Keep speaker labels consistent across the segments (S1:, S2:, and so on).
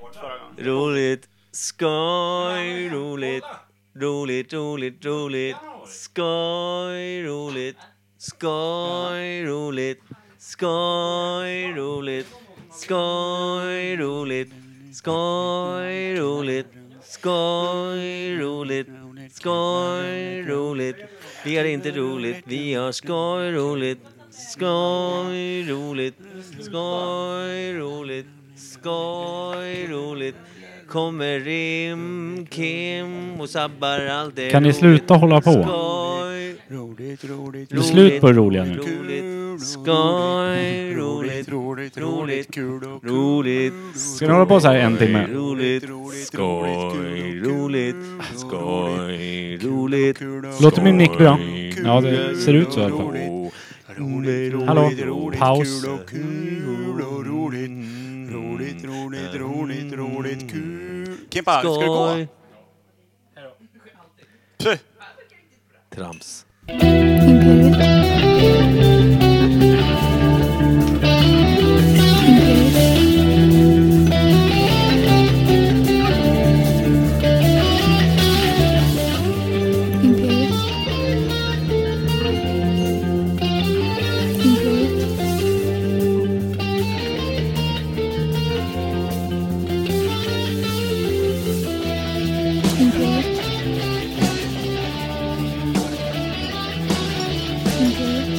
S1: åt förra gången.
S2: Roligt, skoj, roligt, roligt, roligt, roligt, skoj, roligt, skoj, roligt, skoj, roligt, skoj, roligt, skoj, roligt, skoj, roligt, skoj, roligt. Vi har inte roligt, vi har skoj, roligt, skoj, roligt, skoj, roligt, skoj, roligt. Kommer Rim, Kim och sabbar allt det
S3: Kan ni
S2: roligt.
S3: sluta hålla på?
S2: Skoj,
S4: Roligt, roligt,
S3: Det är slut på det roliga nu.
S2: Roligt, skoj, roligt,
S4: roligt,
S2: roligt,
S4: kul och kul.
S2: roligt,
S3: Ska ni hålla på så här en timme?
S2: roligt, skoj, roligt, skoj, roligt,
S3: Låter min nick bra?
S2: Skoj,
S3: Ja, det ser ut så i alla fall.
S4: Roligt,
S2: roligt,
S4: roligt,
S3: Hallå?
S4: roligt,
S3: Paus.
S4: Kul och kul och roligt. Roligt, roligt, roligt, roligt, kul. Kimpa, ska du gå?
S2: skoj. Trams.
S5: Imperiet. Imperiet. Imperiet. Imperiet. Imperiet. Imperiet.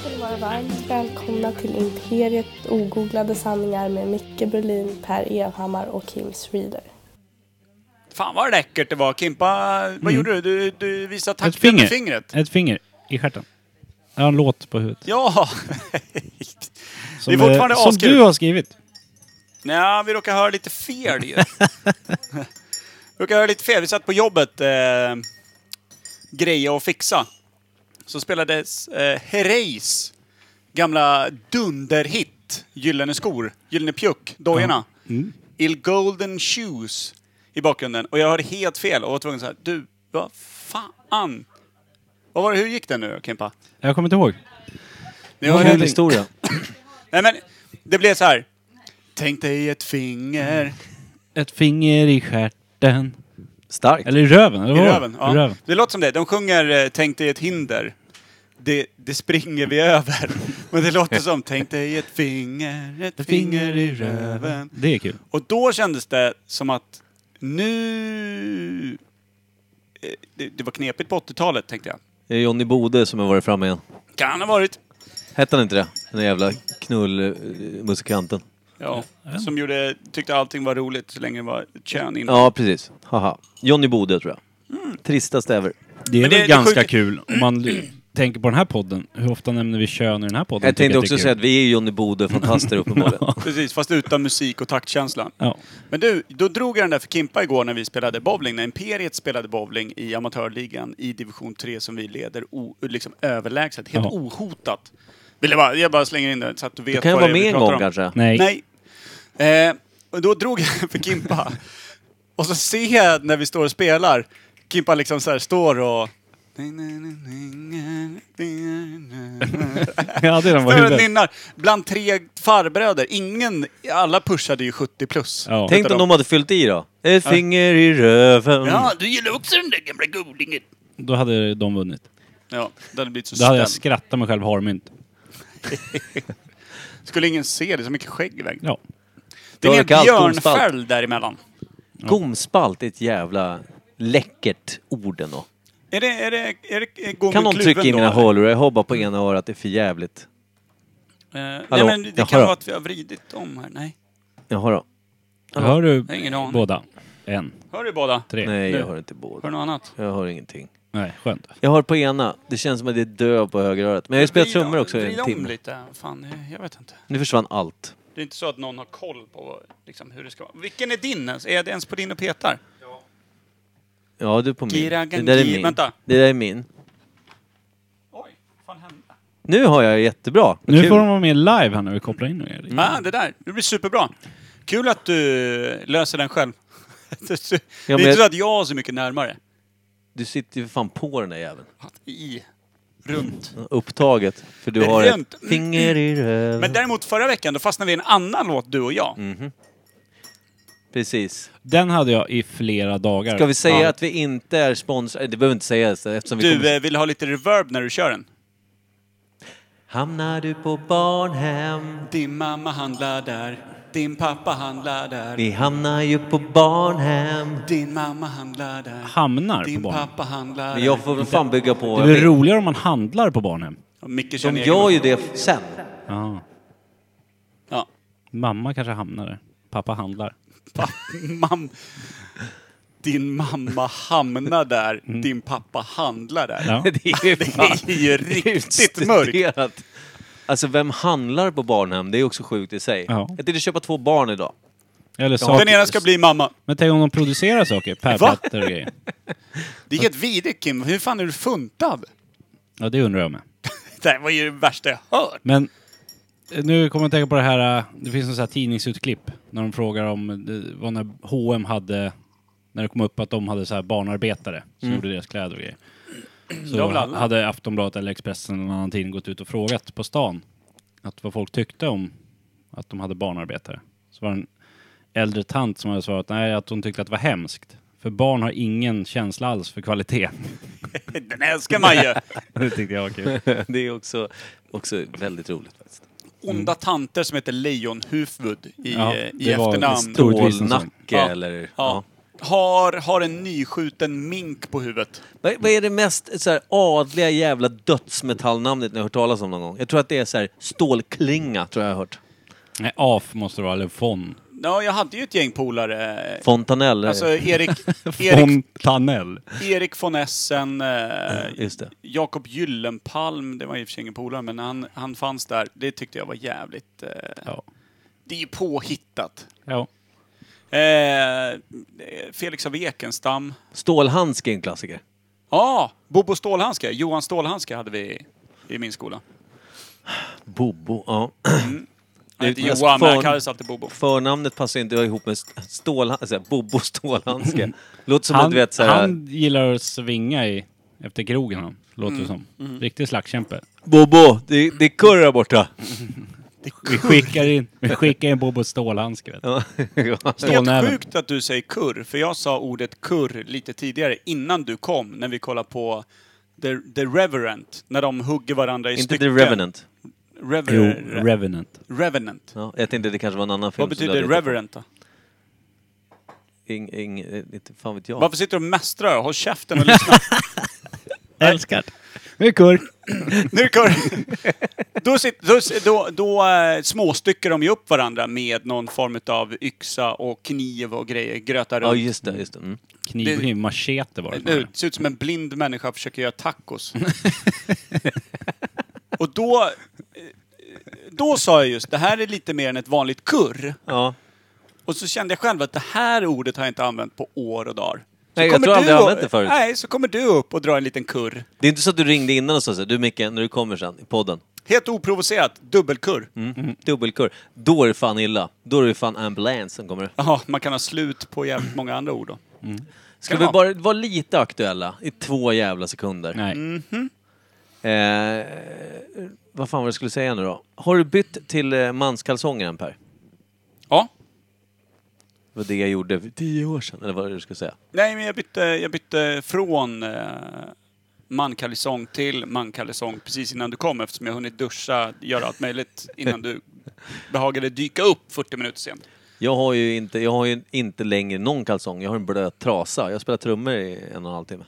S6: ska ni vara varmt välkomna till Imperiet ogooglade sanningar med Micke Berlin, Per Evhammar och Kim Reader.
S1: Fan vad läckert det var. Kimpa, vad gjorde du? Du, du visade
S3: Mm. Ett
S1: takten
S3: finger.
S1: med fingret.
S3: Ett finger i stjärten. Jag har en låt på huvudet.
S1: Ja!
S3: Som,
S1: Det är fortfarande
S3: eh, som
S1: askul.
S3: du har skrivit.
S1: Nej, vi råkar höra lite fel ju. vi råkar höra lite fel. Vi satt på jobbet, eh, greja och fixa. Så spelades eh, Herreys gamla dunderhit, Gyllene skor, Gyllene pjuck, dojorna.
S3: Mm.
S1: Il Golden Shoes i bakgrunden. Och jag hörde helt fel och var tvungen så här, du, vad fan? Vad var det, hur gick den nu då, Kimpa?
S3: Jag kommer inte ihåg.
S1: Det
S2: Det
S1: var
S2: var en
S1: någonting-
S2: historia.
S1: Nej men, det blev så här. Tänk dig ett finger
S3: Ett finger i stjärten.
S2: Starkt.
S3: Eller i röven. Eller
S1: I
S3: vad?
S1: röven, ja.
S3: I röven.
S1: Det låter som det. De sjunger eh, Tänk dig ett hinder. Det, det springer vi över. Men det låter som Tänk dig ett finger, ett finger i röven.
S3: Det är kul.
S1: Och då kändes det som att nu... eh, Det, det var knepigt på 80-talet tänkte jag.
S2: Det är Johnny Bode som har varit framme igen.
S1: Kan ha varit.
S2: Hette han inte det? Den där jävla knullmusikanten.
S1: Ja, som gjorde, tyckte allting var roligt så länge det var kön in.
S2: Ja, precis. Haha. Johnny Bode tror jag. Tristaste ever.
S3: Det är väl
S1: Men det- det
S3: ganska
S1: sjuka-
S3: kul om man tänker på den här podden. Hur ofta nämner vi kön i den här podden?
S2: Jag
S3: Tycker
S2: tänkte
S3: det är
S2: också
S3: kul.
S2: säga att vi är Johnny Bode-fantaster uppenbarligen.
S1: Precis, fast utan musik och taktkänsla.
S3: Ja.
S1: Men du, då drog jag den där för Kimpa igår när vi spelade bowling, när Imperiet spelade bowling i amatörligan i division 3 som vi leder o, liksom överlägset, helt
S3: Ja.
S1: ohotat. Vill jag, bara, jag bara slänger in det så att du vet
S2: Kan jag
S1: vad det
S2: vara
S1: är vi
S2: med en
S1: pratar
S2: gång
S1: om.
S2: kanske?
S3: Nej.
S1: Nej. Eh, och då drog jag den för Kimpa. och så ser jag när vi står och spelar, Kimpa liksom så här står och...
S3: Ja, det är den var
S1: Större
S3: huvudet.
S1: nynnar. Bland tre farbröder. Ingen, alla pushade ju 70 plus.
S3: Ja.
S2: Tänk om de hade fyllt i då. Ett finger i röven.
S1: Ja, mm. du gillar också den där gamla godingen.
S3: Då hade de vunnit.
S1: Ja, det hade blivit så
S3: Då hade jag
S1: spänd.
S3: skrattat mig själv harmynt.
S1: Skulle ingen se det, så mycket skägg i vägen.
S3: Ja.
S1: Det är en
S2: Torka allt
S1: björnfälg däremellan.
S2: Gomspalt är ett jävla läckert ord ändå.
S1: Är det, är det, är det, är går
S2: Kan
S1: med
S2: någon trycka
S1: kluven
S2: in
S1: då,
S2: mina
S1: eller?
S2: hörlurar? Jag har bara på ena örat, det är för jävligt.
S1: Eh, nej
S2: Hallå?
S1: men det
S2: Jaha
S1: kan
S2: då.
S1: vara att vi har vridit om här. Nej,
S2: Jaha då.
S3: Hör du
S1: jag har ingen aning.
S3: båda? En,
S1: Hör du båda?
S3: tre.
S2: Nej,
S3: Nu.
S2: jag hör inte
S1: Hör
S2: båda.
S1: du något annat?
S2: Jag hör ingenting.
S3: Nej, skönt.
S2: Jag hör på ena. Det känns som att det är döv på höger örat. Men jag har ju spelat
S1: Vrid om-
S2: trummor också i
S1: vrid
S2: en
S1: om
S2: timme.
S1: lite. Fan, eh, jag vet inte.
S2: Nu försvann allt.
S1: Det är inte så att någon har koll på liksom, hur det ska vara. Vilken är din ens? Är det ens på din och petar?
S2: Ja, du är på min.
S1: Gira
S2: Det där är
S1: Gangi-
S2: min.
S1: vänta.
S2: Det där är min.
S1: Oj, vad fan hände?
S2: Nu har jag jättebra. Vad
S3: Nu
S2: kul.
S3: får de vara med live här när vi kopplar in er.
S2: Mm.
S1: Ja, Ah, det där. Det blir superbra. Kul att du löser den själv. det är
S2: men
S1: inte
S2: jag-
S1: så att jag har så mycket närmare.
S2: du sitter ju för fan på den där jäveln.
S1: I.
S2: Mm.
S1: Runt.
S2: Upptaget. För du
S1: Det är
S2: har ett
S1: runt.
S2: finger i röven.
S1: Men däremot förra veckan, då fastnade vi i en annan låt, du och jag.
S2: Mm, Precis.
S3: Den hade jag i flera dagar.
S2: Ska vi säga
S3: Ja.
S2: att vi inte är sponsrade? Det behöver inte sägas eftersom vi
S1: Du
S2: kommer...
S1: eh, vill ha lite reverb när du kör den.
S2: Hamnar du på barnhem?
S1: Din mamma handlar där. Din pappa handlar där.
S2: Vi hamnar ju på barnhem.
S1: Din mamma handlar där.
S3: Hamnar
S1: Din
S3: på barn.
S1: pappa handlar
S2: Men jag får väl fan bygga på.
S3: Det blir roligare om man handlar på barnhem.
S1: där. Micke kör
S2: De
S1: en
S2: gör
S1: egen-
S2: ju det sen.
S3: Ja.
S1: Ja.
S3: Mamma kanske hamnar där. Pappa handlar.
S1: Pa- Mam... Din mamma hamnar där.
S2: Mm.
S1: Din pappa handlar där.
S3: Ja.
S2: Det är ju
S1: Det är ju riktigt mörkt.
S2: mörkt. Alltså vem handlar på barnhem? Det är också sjukt i sig.
S3: Ja.
S2: Jag tänkte köpa två barn idag.
S3: Eller
S1: Den
S3: saker.
S1: ena ska bli mamma.
S3: Men tänk om de producerar saker. Pärlplattor och grejer.
S1: Det är helt vidrigt Kim. Hur fan är du funtad?
S3: Ja, det undrar jag med.
S1: Det här var ju det värsta jag hört.
S3: Men eh, nu kommer jag att tänka på det här, eh, det finns en sån här tidningsutklipp när de frågar om, eh, det var när H&M hade, när det kom upp att de hade så här barnarbetare som
S1: Mm.
S3: gjorde deras kläder och grejer. Så
S1: väl alla.
S3: hade Aftonbladet eller Expressen eller någon annan tidning gått ut och frågat på stan att vad folk tyckte om att de hade barnarbetare. Så var det en äldre tant som hade svarat nej, att hon tyckte att det var hemskt. För barn har ingen känsla alls för kvalitet.
S1: Den älskar man ju.
S3: det tyckte jag var kul.
S2: Det är också, också väldigt roligt. faktiskt.
S1: Onda tanter som heter Lejonhufvud i,
S3: Ja,
S1: eh, i
S3: det var
S1: efternamn.
S3: stor- Troligtvis en sån.
S2: Stålnacke
S1: Ja.
S2: eller...
S1: Ja.
S2: Ja.
S1: Har, har en nyskjuten mink på huvudet.
S2: Vad, vad är det mest så här, adliga jävla dödsmetallnamnet ni har hört talas om någon gång? Jag tror att det är så här, stålklinga, tror jag jag har hört.
S3: Nej, AF måste det vara, eller FON.
S1: Ja, jag hade ju ett gäng polare.
S2: Fontanell.
S1: Alltså
S2: eh,
S1: Erik, Erik,
S3: Tanell.
S1: Erik von Essen, eh,
S2: Just det.
S1: Jakob Gyllenpalm, det var i och för sig ingen polare, men han, han fanns där. Det tyckte jag var jävligt... Eh,
S3: Ja.
S1: Det är ju påhittat.
S3: ja.
S1: Eh, eh, Felix av Ekenstam.
S2: Stålhandske är en klassiker.
S1: Ja, Bobo Stålhandske. Johan Stålhandske hade vi i min skola.
S2: Bobo, ja.
S1: Han hette
S2: mest fan-
S1: Johan, men han kallades alltid Bobo.
S2: Förnamnet passar inte ihop med st- stålhandske, så här, Bobo Stålhandske. Låter som att
S3: Mm. Han,
S2: du vet så här,
S3: han gillar att svinga i, efter krogen, han, låter
S1: Mm.
S3: det som. Riktig slagskämpe.
S2: Bobo, det, det är kurr där borta.
S3: Vi skickar in, vi skickar in Bobo Stålhandske. vet du.
S2: Ja.
S1: Det är helt
S3: Stålnäven.
S1: sjukt att du säger kurr, för jag sa ordet kurr lite tidigare, innan du kom, när vi kollade på The, the Reverend, när de hugger varandra i
S2: Inte The
S1: stycken.
S2: Revenant.
S1: Rever-
S3: Jo,
S1: Re-
S3: Revenant.
S1: Revenant.
S2: Ja, jag tänkte det kanske var en annan film.
S1: Vad
S2: som
S1: betyder
S2: du hade hittat på.
S1: Reverend då?
S2: Ing, ing, eh, inte fan vet jag.
S1: Varför sitter du och mästrar? Håll käften och lyssna.
S3: Älskar. Nu är det kurk.
S1: nu är det kurr! då, sit, då, då, då eh, småstycker de ju upp varandra med någon form av yxa och kniv och grejer, grötar
S2: Ja,
S1: runt.
S2: just det. Just det. Mm.
S3: Kniv, kniv, machete var det.
S1: Det ser ut som en blind människa försöker göra tacos. och då... eh, Då sa jag just, det här är lite mer än ett vanligt kurr.
S2: Ja.
S1: Och så kände jag själv att det här ordet har jag inte använt på år och dagar. Så
S2: Nej, jag
S1: kommer
S2: tror aldrig jag
S1: du-
S2: använt det förut.
S1: Nej, så kommer du upp och drar en liten kurr.
S2: Det är inte så att du ringde innan och sa så här, du Micke, när du kommer sen i podden.
S1: Helt oprovocerat, dubbelkurr.
S2: Mm. Dubbelkurr. Då är det fan illa. Då är det fan ambulans som kommer.
S1: Jaha, man kan ha slut på jävligt många andra ord då.
S2: Ska
S1: Kan
S2: vi
S1: vara.
S2: bara vara lite aktuella i två jävla sekunder?
S3: Nej.
S2: Eh, vad fan var det jag skulle säga nu då? Har du bytt till eh, manskalsonger än Per? Det
S1: Ja.
S2: var det jag gjorde för tio år sedan, eller vad är det du skulle säga.
S1: Nej, men jag bytte, jag bytte från eh, mankalisong till mankalisong precis innan du kom eftersom jag hunnit duscha, göra allt möjligt innan du behagade dyka upp 40 minuter sent.
S2: Jag har ju inte, jag har ju inte längre någon kalsong, jag har en blöt trasa. Jag spelar trummor i en och en halv timme.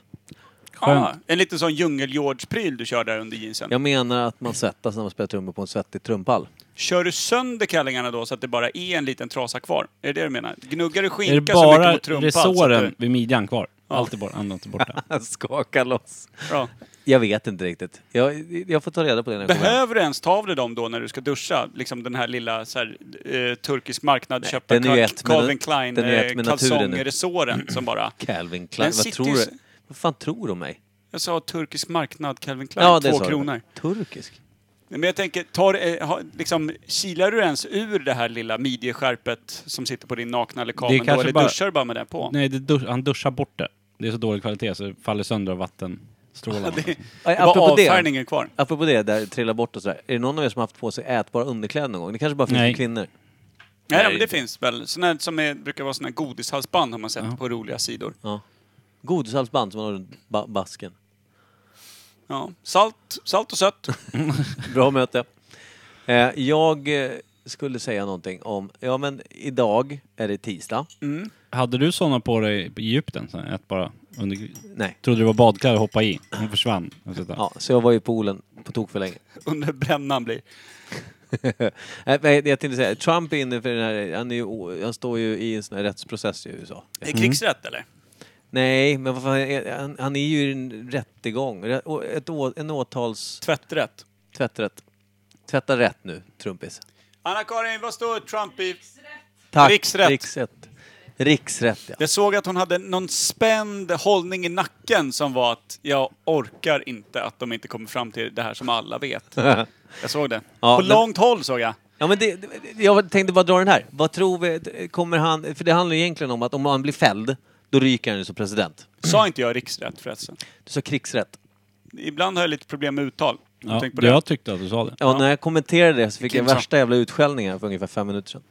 S1: Ah, en liten sån djungel-George-pryl du kör där under jeansen.
S2: Jag menar att man svettas när man spelar trummor på en svettig trumpall.
S1: Kör du sönder kallingarna då så att det bara är en liten trasa kvar? Är det det du menar? Gnuggar du
S3: Är det
S1: skinka så mycket
S3: bara
S1: mot trumpan? så att
S3: resåren
S1: Du,
S3: vid midjan kvar? Allt är bort, annat är borta.
S2: Skaka loss.
S1: ja.
S2: Jag vet inte riktigt. Jag, jag får ta reda på det när jag kommer hem.
S1: Behöver du ens ta av dig dem då när du ska duscha? Liksom den här lilla så här, eh, turkisk marknad köpta
S2: den är ju ett med-
S1: Calvin Klein
S2: den är ett
S1: eh,
S2: med naturen nu.
S1: kalsongresåren som bara...
S2: Calvin Klein,
S1: Den
S2: vad
S1: sitter
S2: tror
S1: ju
S2: du?
S1: så-
S2: Vad fan tror du om mig?
S1: Jag sa turkisk marknad, Calvin Klein, två
S2: sa du.
S1: kronor.
S2: Turkisk?
S1: Men jag tänker, tar, eh, ha, liksom, kilar du ens ur det här lilla midjeskärpet som sitter på din nakna lekamen då?
S3: kanske
S1: Eller
S3: bara-
S1: duschar du bara med det på?
S3: Nej, det dusch, han duschar bort det. Det är så dålig kvalitet så det faller sönder av vattenstrålarna.
S1: Det,
S2: Aj,
S1: det var
S2: apropå det.
S1: avfärgningen kvar.
S2: Apropå det, där det trillar bort och sådär. Är det någon av er som har haft på sig ätbara underkläder någon gång? Det kanske bara finns
S3: Nej.
S2: för kvinnor?
S1: Nej,
S2: Nej.
S1: men det finns väl. Såna här som är, brukar vara såna här godishalsband har man sett på roliga sidor.
S2: Ja. Godishalsband som man har runt ba- basken.
S1: Ja. Salt, salt och sött.
S2: Bra möte. Eh, jag eh, skulle säga någonting om, ja men idag är det tisdag.
S3: Hade du sådana på dig i Egypten? Så här, ett bara under...
S2: Nej.
S3: Trodde det var badkläder och hoppade i. De försvann. Och sådär.
S2: Ja, så jag var i poolen på tok för länge.
S1: Under brännan blir.
S2: Nej, men jag tänkte säga, Trump är inne för den här, han, är ju, o- han står ju i en sån här rättsprocess i USA.
S1: Det är krigsrätt eller?
S2: Nej, men vad fan, är- han, han är ju i en rättegång. Rä- å- Ett, å- en åtals...
S1: Tvätträtt.
S2: Tvätträtt. Tvätta rätt nu, trumpis.
S1: Anna-Karin, vad står Trump i?
S2: Tack.
S1: Riksrätt.
S2: Riksrätt. Riksrätt, ja.
S1: Jag såg att hon hade någon spänd hållning i nacken som var att jag orkar inte att de inte kommer fram till det här som alla vet. Jag såg det.
S2: Ja,
S1: På
S2: men-
S1: långt håll såg jag.
S2: ja men det, det- jag tänkte bara dra den här. Vad tror vi, kommer han... För det handlar ju egentligen om att om han blir fälld, då ryker han ju som president.
S1: Sa inte jag riksrätt förresten?
S2: Du sa krigsrätt.
S1: Ibland har jag lite problem med uttal.
S3: Ja,
S1: Tänk på det.
S3: jag tyckte att du sa det.
S2: Ja, när jag kommenterade det så fick jag
S1: Kimsa.
S2: värsta jävla utskällningar för ungefär fem minuter sedan.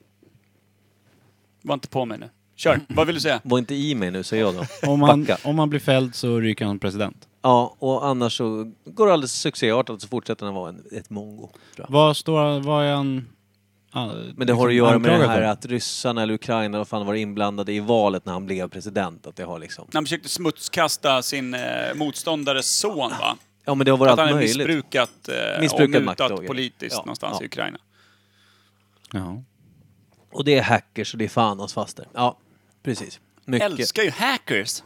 S1: Var inte på mig nu. Kör, vad vill du säga?
S2: Var inte i mig nu, säger jag då.
S3: Om han,
S2: Backa.
S3: om han blir fälld så ryker han som president.
S2: Ja, och annars så går det alldeles succéartat så fortsätter han vara en, ett mongo. Tror jag.
S3: Vad står vad är han... ah,
S2: Men det har
S3: liksom
S2: att göra med det
S3: anklagad
S2: här
S3: för?
S2: att ryssarna eller Ukraina vad fan var inblandade i valet när han blev president. Att det har liksom...
S1: När han försökte smutskasta sin eh, motståndares son va?
S2: Ja men det har varit
S1: Att han
S2: allt
S1: är
S2: möjligt.
S1: missbrukat, eh,
S2: Missbrukat
S1: och
S2: makt då,
S1: mutat
S2: ja.
S1: politiskt
S2: Ja,
S1: någonstans
S2: ja.
S1: i Ukraina.
S3: Jaha.
S2: Och det är hackers och det är fan hans faster. Ja, precis. Mycket.
S1: Älskar ju hackers.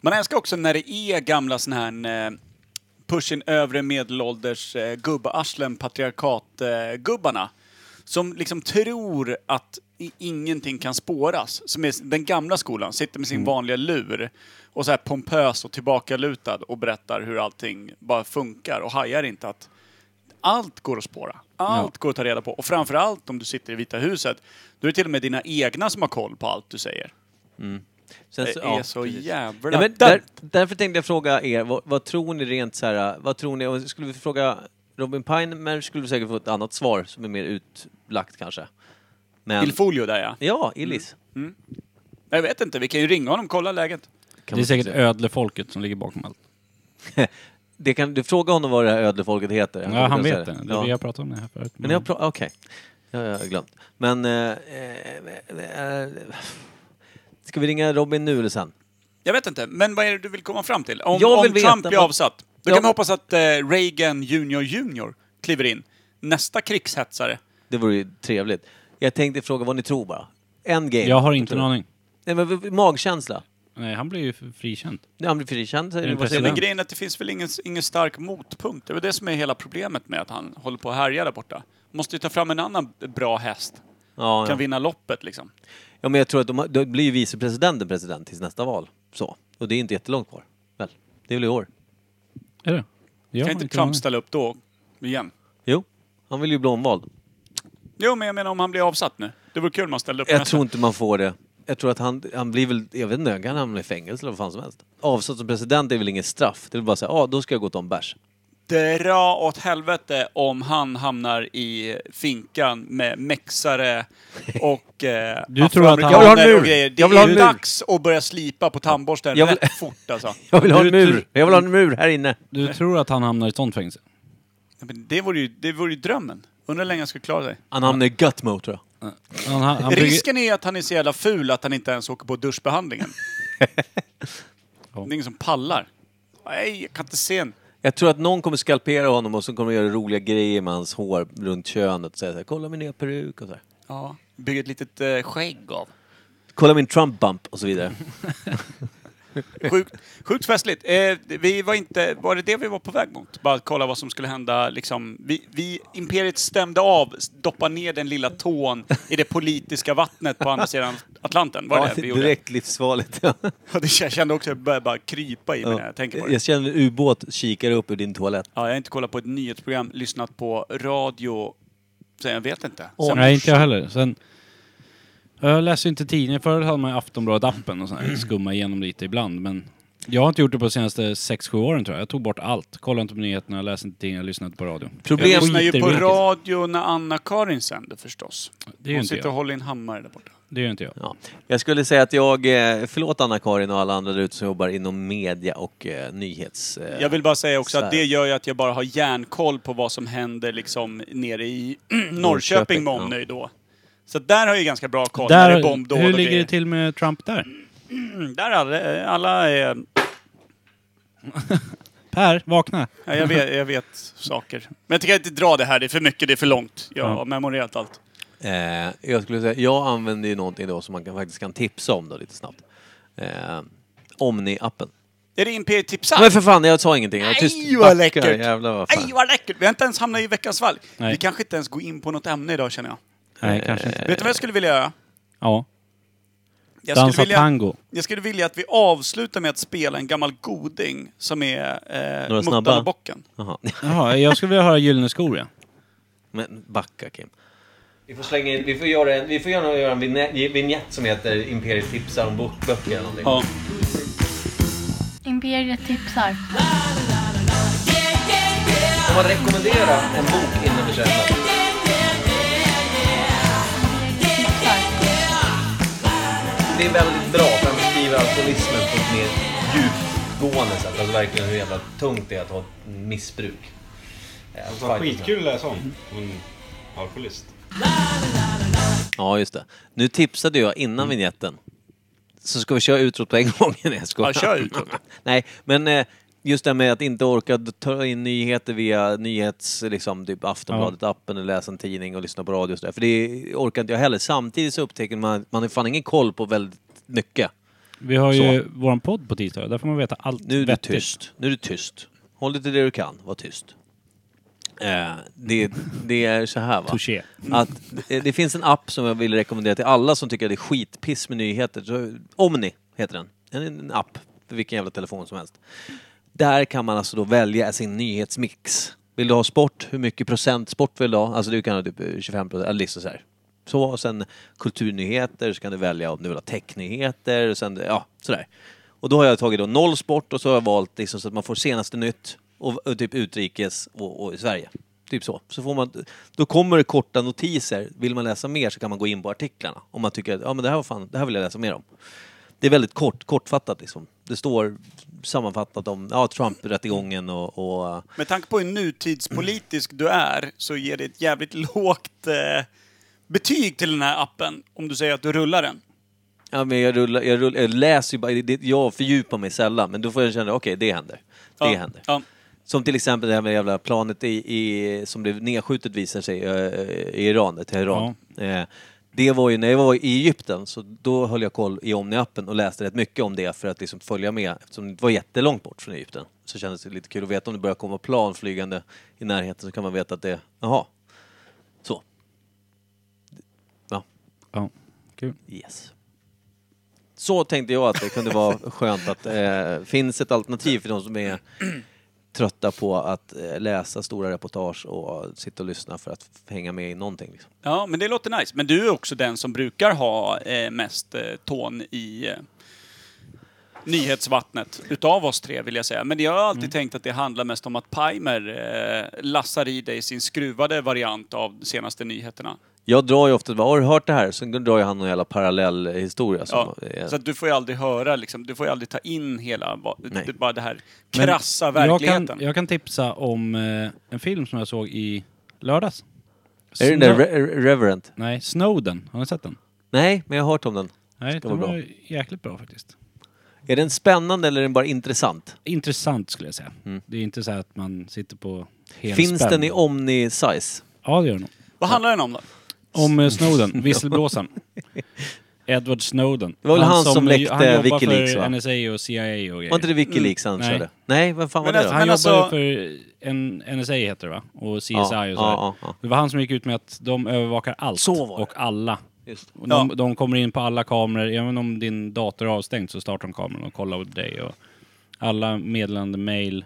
S1: Man älskar också när det är gamla sån här eh, pushen övre medelålders eh, gubbarslen patriarkat eh, gubbarna. Som liksom tror att i- ingenting kan spåras. Som är den gamla skolan, sitter med sin vanliga lur och så här pompös och tillbakalutad och berättar hur allting bara funkar och hajar inte att allt går att spåra. Allt går att ta reda på. Och framförallt om du sitter i Vita huset, då är det till och med dina egna som har koll på allt du säger.
S2: Sen
S1: Det Eh, är så
S2: Alltså, precis.
S1: jävla
S2: Ja, men
S1: dumt.
S2: där, därför tänkte jag fråga er, vad, vad tror ni rent så här, vad tror ni, och skulle vi fråga Robin Pinemer skulle vi säkert få ett annat svar som är mer utlagt kanske. Men,
S1: Ilfolio där ja.
S2: ja, Illis.
S1: Jag vet inte, vi kan ju ringa honom och kolla läget.
S2: Kan
S3: Mm. Det är
S2: man
S3: säkert
S2: säga.
S3: ödlefolket som ligger bakom allt.
S2: det kan, du frågar honom vad det här ödlefolket heter.
S3: Ja, han
S2: kommer
S3: vet Mm.
S2: att
S3: det.
S2: säga
S3: det.
S2: Ja.
S3: Vi har pratat om det här förut.
S2: Men jag pra- okej. Ja, jag har glömt. Men... Eh, eh, eh, ska vi ringa Robin nu eller sen?
S1: Jag vet inte, men vad är det du vill komma fram till? Om,
S2: Jag
S1: om
S2: vill veta
S1: Trump blir
S2: vad-
S1: avsatt, då
S2: Ja.
S1: kan vi hoppas att eh, Reagan Junior Junior kliver in. Nästa krigshetsare.
S2: Det vore ju trevligt. Jag tänkte fråga vad ni tror bara. En game.
S3: Jag har inte en aning.
S2: Nej, men v- v- magkänsla.
S3: Nej, han blir ju f- frikänd.
S2: Nu han blir frikänd. säger
S3: Är det
S2: du. Vad säger
S1: Men
S3: president?
S2: du?
S1: grejen är att det finns väl ingen, ingen stark motpunkt. Det är väl det som är hela problemet med att han håller på att härja där borta. Måste ju ta fram en annan bra häst.
S2: Ja,
S1: Kan
S2: ja.
S1: vinna loppet liksom.
S2: ja, men jag tror att de, har- då blir ju vicepresidenten president tills nästa val. Så. Och det är inte jättelångt kvar. Väl? Det är väl i år?
S3: Är det? Jag
S1: Kan
S3: har
S1: inte
S3: en
S1: Trump
S3: aning.
S1: ställa upp då igen?
S2: Jo. Han vill ju bli omvald.
S1: Jo, men jag menar om han blir avsatt nu. Det vore kul om han ställde upp
S2: Jag
S1: nästa.
S2: tror inte man får det. Jag tror att han, han blir väl, jag vet inte, han kan hamna i fängelse eller vad fan som helst. Avsatt som president är väl inget straff. Det är väl bara säga, ja ah, då ska jag gå och ta en bärs.
S1: dra åt helvete om han hamnar i finkan med mexare och eh,
S3: Du tror att han-
S1: afroamerikaner
S2: Jag vill ha en mur.
S1: och grejer. Det
S2: Jag vill ha
S1: är
S2: en mur.
S1: dags att börja slipa på tandborsten
S2: Jag vill-
S1: rätt fort alltså.
S2: Jag vill ha en
S3: Du-
S2: mur! Jag vill ha en mur här inne!
S3: Du tror att han hamnar i ett sånt fängelse?
S1: Ja, men Det vore ju, det vore ju drömmen. Undrar hur länge han skulle klara sig.
S2: Han hamnar i gut mode tror jag.
S3: Han, han, han bygger-
S1: Risken är att han är så jävla ful att han inte ens åker på duschbehandlingen. Det är ingen som pallar. Nej, jag kan inte se en.
S2: Jag tror att någon kommer skalpera honom och så kommer de göra roliga grejer med hans hår runt könet och säga såhär, kolla min nya peruk och sådär.
S1: Ja, bygger ett litet eh, skägg av.
S2: Kolla min Trump bump och så vidare.
S1: Sjukt, sjukt festligt. Eh, vi var inte... Var det det vi var på väg mot? Bara kolla vad som skulle hända liksom. Vi, vi, imperiet stämde av, doppa ner den lilla tån i det politiska vattnet på andra sidan Atlanten. Var det
S2: Ja,
S1: det vi gjorde?
S2: direkt livsfarligt. Ja.
S1: Ja, det- Jag kände också att jag började bara krypa i mig när jag tänker på det.
S2: Jag känner en ubåt kikar upp ur din toalett.
S1: Ja, jag har inte kollat på ett nyhetsprogram, lyssnat på radio. Så jag vet inte.
S2: Åh,
S1: Sen-
S3: Nej, inte jag heller. Sen, jag läser ju inte tidningar. Förut hade man ju Aftonbladet-appen och sådär. skumma igenom lite ibland. Men Jag har inte gjort det på de senaste sex sju åren tror jag. Jag tog bort allt. Kollade inte på nyheterna, läste inte tidningar, lyssnade inte på radio.
S1: Jag
S4: Problem...
S1: lyssnar ju
S3: skiter i
S1: på
S3: vilket.
S1: radio när Anna-Karin sänder förstås.
S3: Det är ju
S1: Hon
S3: inte
S1: sitter och
S3: jag.
S1: håller i en hammare där borta.
S3: Det är ju inte jag.
S4: Ja. Jag skulle säga att jag, eh, förlåt Anna-Karin och alla andra där ute som jobbar inom media och eh, nyhets... eh,
S1: Jag vill bara säga också
S4: Sverige.
S1: att det gör ju att jag bara har järnkoll på vad som händer liksom nere i Norrköping med
S4: ja.
S1: omnöjd då. Så där har jag ju ganska bra koll. Där, är bombdåd
S3: Där, hur
S1: och
S3: ligger
S1: grejer.
S3: det till med Trump där?
S1: Där alla, alla är...
S3: Per, vakna!
S1: Ja, jag, vet, jag vet saker. Men jag tycker inte dra det här, det är för mycket, det är för långt. Jag
S3: Ja.
S1: har memorerat allt.
S4: Eh, jag skulle säga, jag använder ju någonting då som man kan, faktiskt kan tipsa om då lite snabbt. Eh, Omni-appen.
S1: Är det Imperiet tipsar?
S4: Men för fan, jag sa ingenting. Jag var tyst.
S1: Nej, Ah! vad
S4: Backar,
S1: läckert!
S4: Jävlar vad
S1: Nej,
S4: fan.
S1: vad läckert! Vi har inte ens hamnat i veckans valg.
S3: Nej.
S1: Vi kanske inte ens går in på något ämne idag känner jag.
S3: Nej, kanske inte.
S1: Vet du vad jag skulle vilja göra?
S3: Ja.
S1: Jag
S3: Dansa
S1: skulle vilja,
S3: tango.
S1: Jag skulle vilja att vi avslutar med att spela en gammal goding som är eh,
S4: Några
S1: Muttan
S4: snabba?
S1: och Bocken.
S4: Jaha.
S3: Jaha, jag skulle vilja höra Gyllene skor ja.
S4: Men backa Kim. Vi får slänga in, vi får göra en, vi får gärna göra en vignett som heter Imperiet tipsar om böcker eller någonting.
S1: Ja.
S5: Imperiet tipsar.
S4: Om man rekommenderar en bok innan vi köper den. Det är väldigt bra för han beskriver alkoholismen på ett mer djupgående sätt. Alltså verkligen hur jävla tungt det är att ha ett missbruk. Eh, fight-
S7: Skitkul att läsa om. Hon alkoholist.
S4: Ja, just det. Nu tipsade jag
S1: Mm.
S4: innan vignetten. Så ska vi köra utrop på en gång? Nej, jag skojar.
S1: Ja, kör utrop.
S4: Nej, men eh, just det här med att inte orka ta in nyheter via nyhets... Liksom, typ Aftonbladet-appen eller läsa en tidning och lyssna på radio och sådär. För det orkar inte jag heller. Samtidigt så upptäcker man att man har fan ingen koll på väldigt mycket.
S3: Vi har ju vår podd på tisdag. Där får man veta allt
S4: Nu är du
S3: vettigt.
S4: tyst. Nu är du tyst. Håll dig till det du kan. Var tyst. Eh, det, det är så här va.
S3: Touché.
S4: Att, eh, det finns en app som jag vill rekommendera till alla som tycker att det är skitpiss med nyheter. Så, Omni heter den. En, en app för vilken jävla telefon som helst. Där kan man alltså då välja sin nyhetsmix. Vill du ha sport? Hur mycket procent sport vill du ha? Alltså du kan ha typ eh, 25 procent, eller liksom så här. Så, och sen kulturnyheter, så kan du välja om du vill ha technyheter, och sen, ja, sådär. Och då har jag tagit då noll sport och så har jag valt liksom så att man får senaste nytt och, och typ utrikes och, och i Sverige. Typ så. så får man, då kommer det korta notiser. Vill man läsa mer så kan man gå in på artiklarna. Om man tycker att ja, men det, här var fan, det här vill jag läsa mer om. Det är väldigt kort, kortfattat liksom. Det står sammanfattat om ja, Trump-rättegången och, och
S1: Med tanke på hur nutidspolitisk du är så ger det ett jävligt lågt eh, betyg till den här appen om du säger att du rullar den.
S4: Ja, men jag, rullar, jag, rullar, jag läser ju bara, det, jag fördjupar mig sällan, men då får jag känna, okej, det händer. Det
S1: Ja,
S4: händer.
S1: ja.
S4: Som till exempel det här med jävla planet i, i, som blev nedskjutet visar sig eh, i Iran, i Teheran. Eh, det var ju när jag var i Egypten, så då höll jag koll i Omni-appen och läste rätt mycket om det för att liksom följa med. Eftersom det var jättelångt bort från Egypten så kändes det lite kul att veta om det börjar komma plan flygande i närheten så kan man veta att det, jaha. Så. Ja.
S3: Ja. Kul.
S4: Yes. Så tänkte jag att det kunde vara skönt att eh, finns ett alternativ för de som är trötta på att eh, läsa stora reportage och sitta och lyssna för att f- hänga med i någonting. Liksom.
S1: Ja, men det låter nice. Men du är också den som brukar ha eh, mest eh, tån i eh, nyhetsvattnet utav oss tre vill jag säga. Men jag har
S3: Mm.
S1: alltid tänkt att det handlar mest om att Pimer eh, lassar i dig sin skruvade variant av de senaste nyheterna.
S4: Jag drar ju ofta, bara, har du hört det här? Sen drar ju han någon jävla parallellhistoria. Som,
S1: Ja,
S4: eh,
S1: så att du får ju aldrig höra, liksom, du får ju aldrig ta in hela, va-
S4: Nej.
S1: det, bara det här
S3: Men
S1: krassa
S3: jag
S1: verkligheten.
S3: kan, jag kan tipsa om eh, en film som jag såg i lördags.
S4: är det den
S3: Mm.
S4: där Re- Reverend?
S3: Nej, Snowden. Har ni sett den?
S4: Nej, men jag har hört om den.
S3: Nej,
S4: Ska
S3: den
S4: vara
S3: var
S4: bra.
S3: jäkligt bra faktiskt.
S4: Är den spännande eller är den bara intressant?
S3: Intressant skulle jag säga. Det är inte så här att man sitter på helspänn.
S4: Mm. Finns den i Omni-size?
S3: Ja, det gör den nog.
S1: Vad handlar den om då?
S3: Om eh, Snowden, visselblåsaren. Edward Snowden.
S4: Det var väl han som läckte
S3: han jobbar
S4: Wikileaks,
S3: för
S4: va?
S3: NSA och CIA och grejer.
S4: Var inte det Wikileaks han
S3: Nej.
S4: körde? Nej, vem fan var
S1: Mm. Men
S4: det då?
S1: alltså-
S3: Han
S1: alltså-
S3: jobbar ju för en, NSA heter det va? Och CSI och
S4: Ja,
S3: sådär.
S4: ja, ja.
S3: Det var han som gick ut med att de övervakar allt
S4: Så var det.
S3: och alla.
S4: Just det.
S3: Och de, de kommer in på alla kameror, även om din dator är avstängd så startar de kameran och kollar på dig. Och alla meddelande, mail,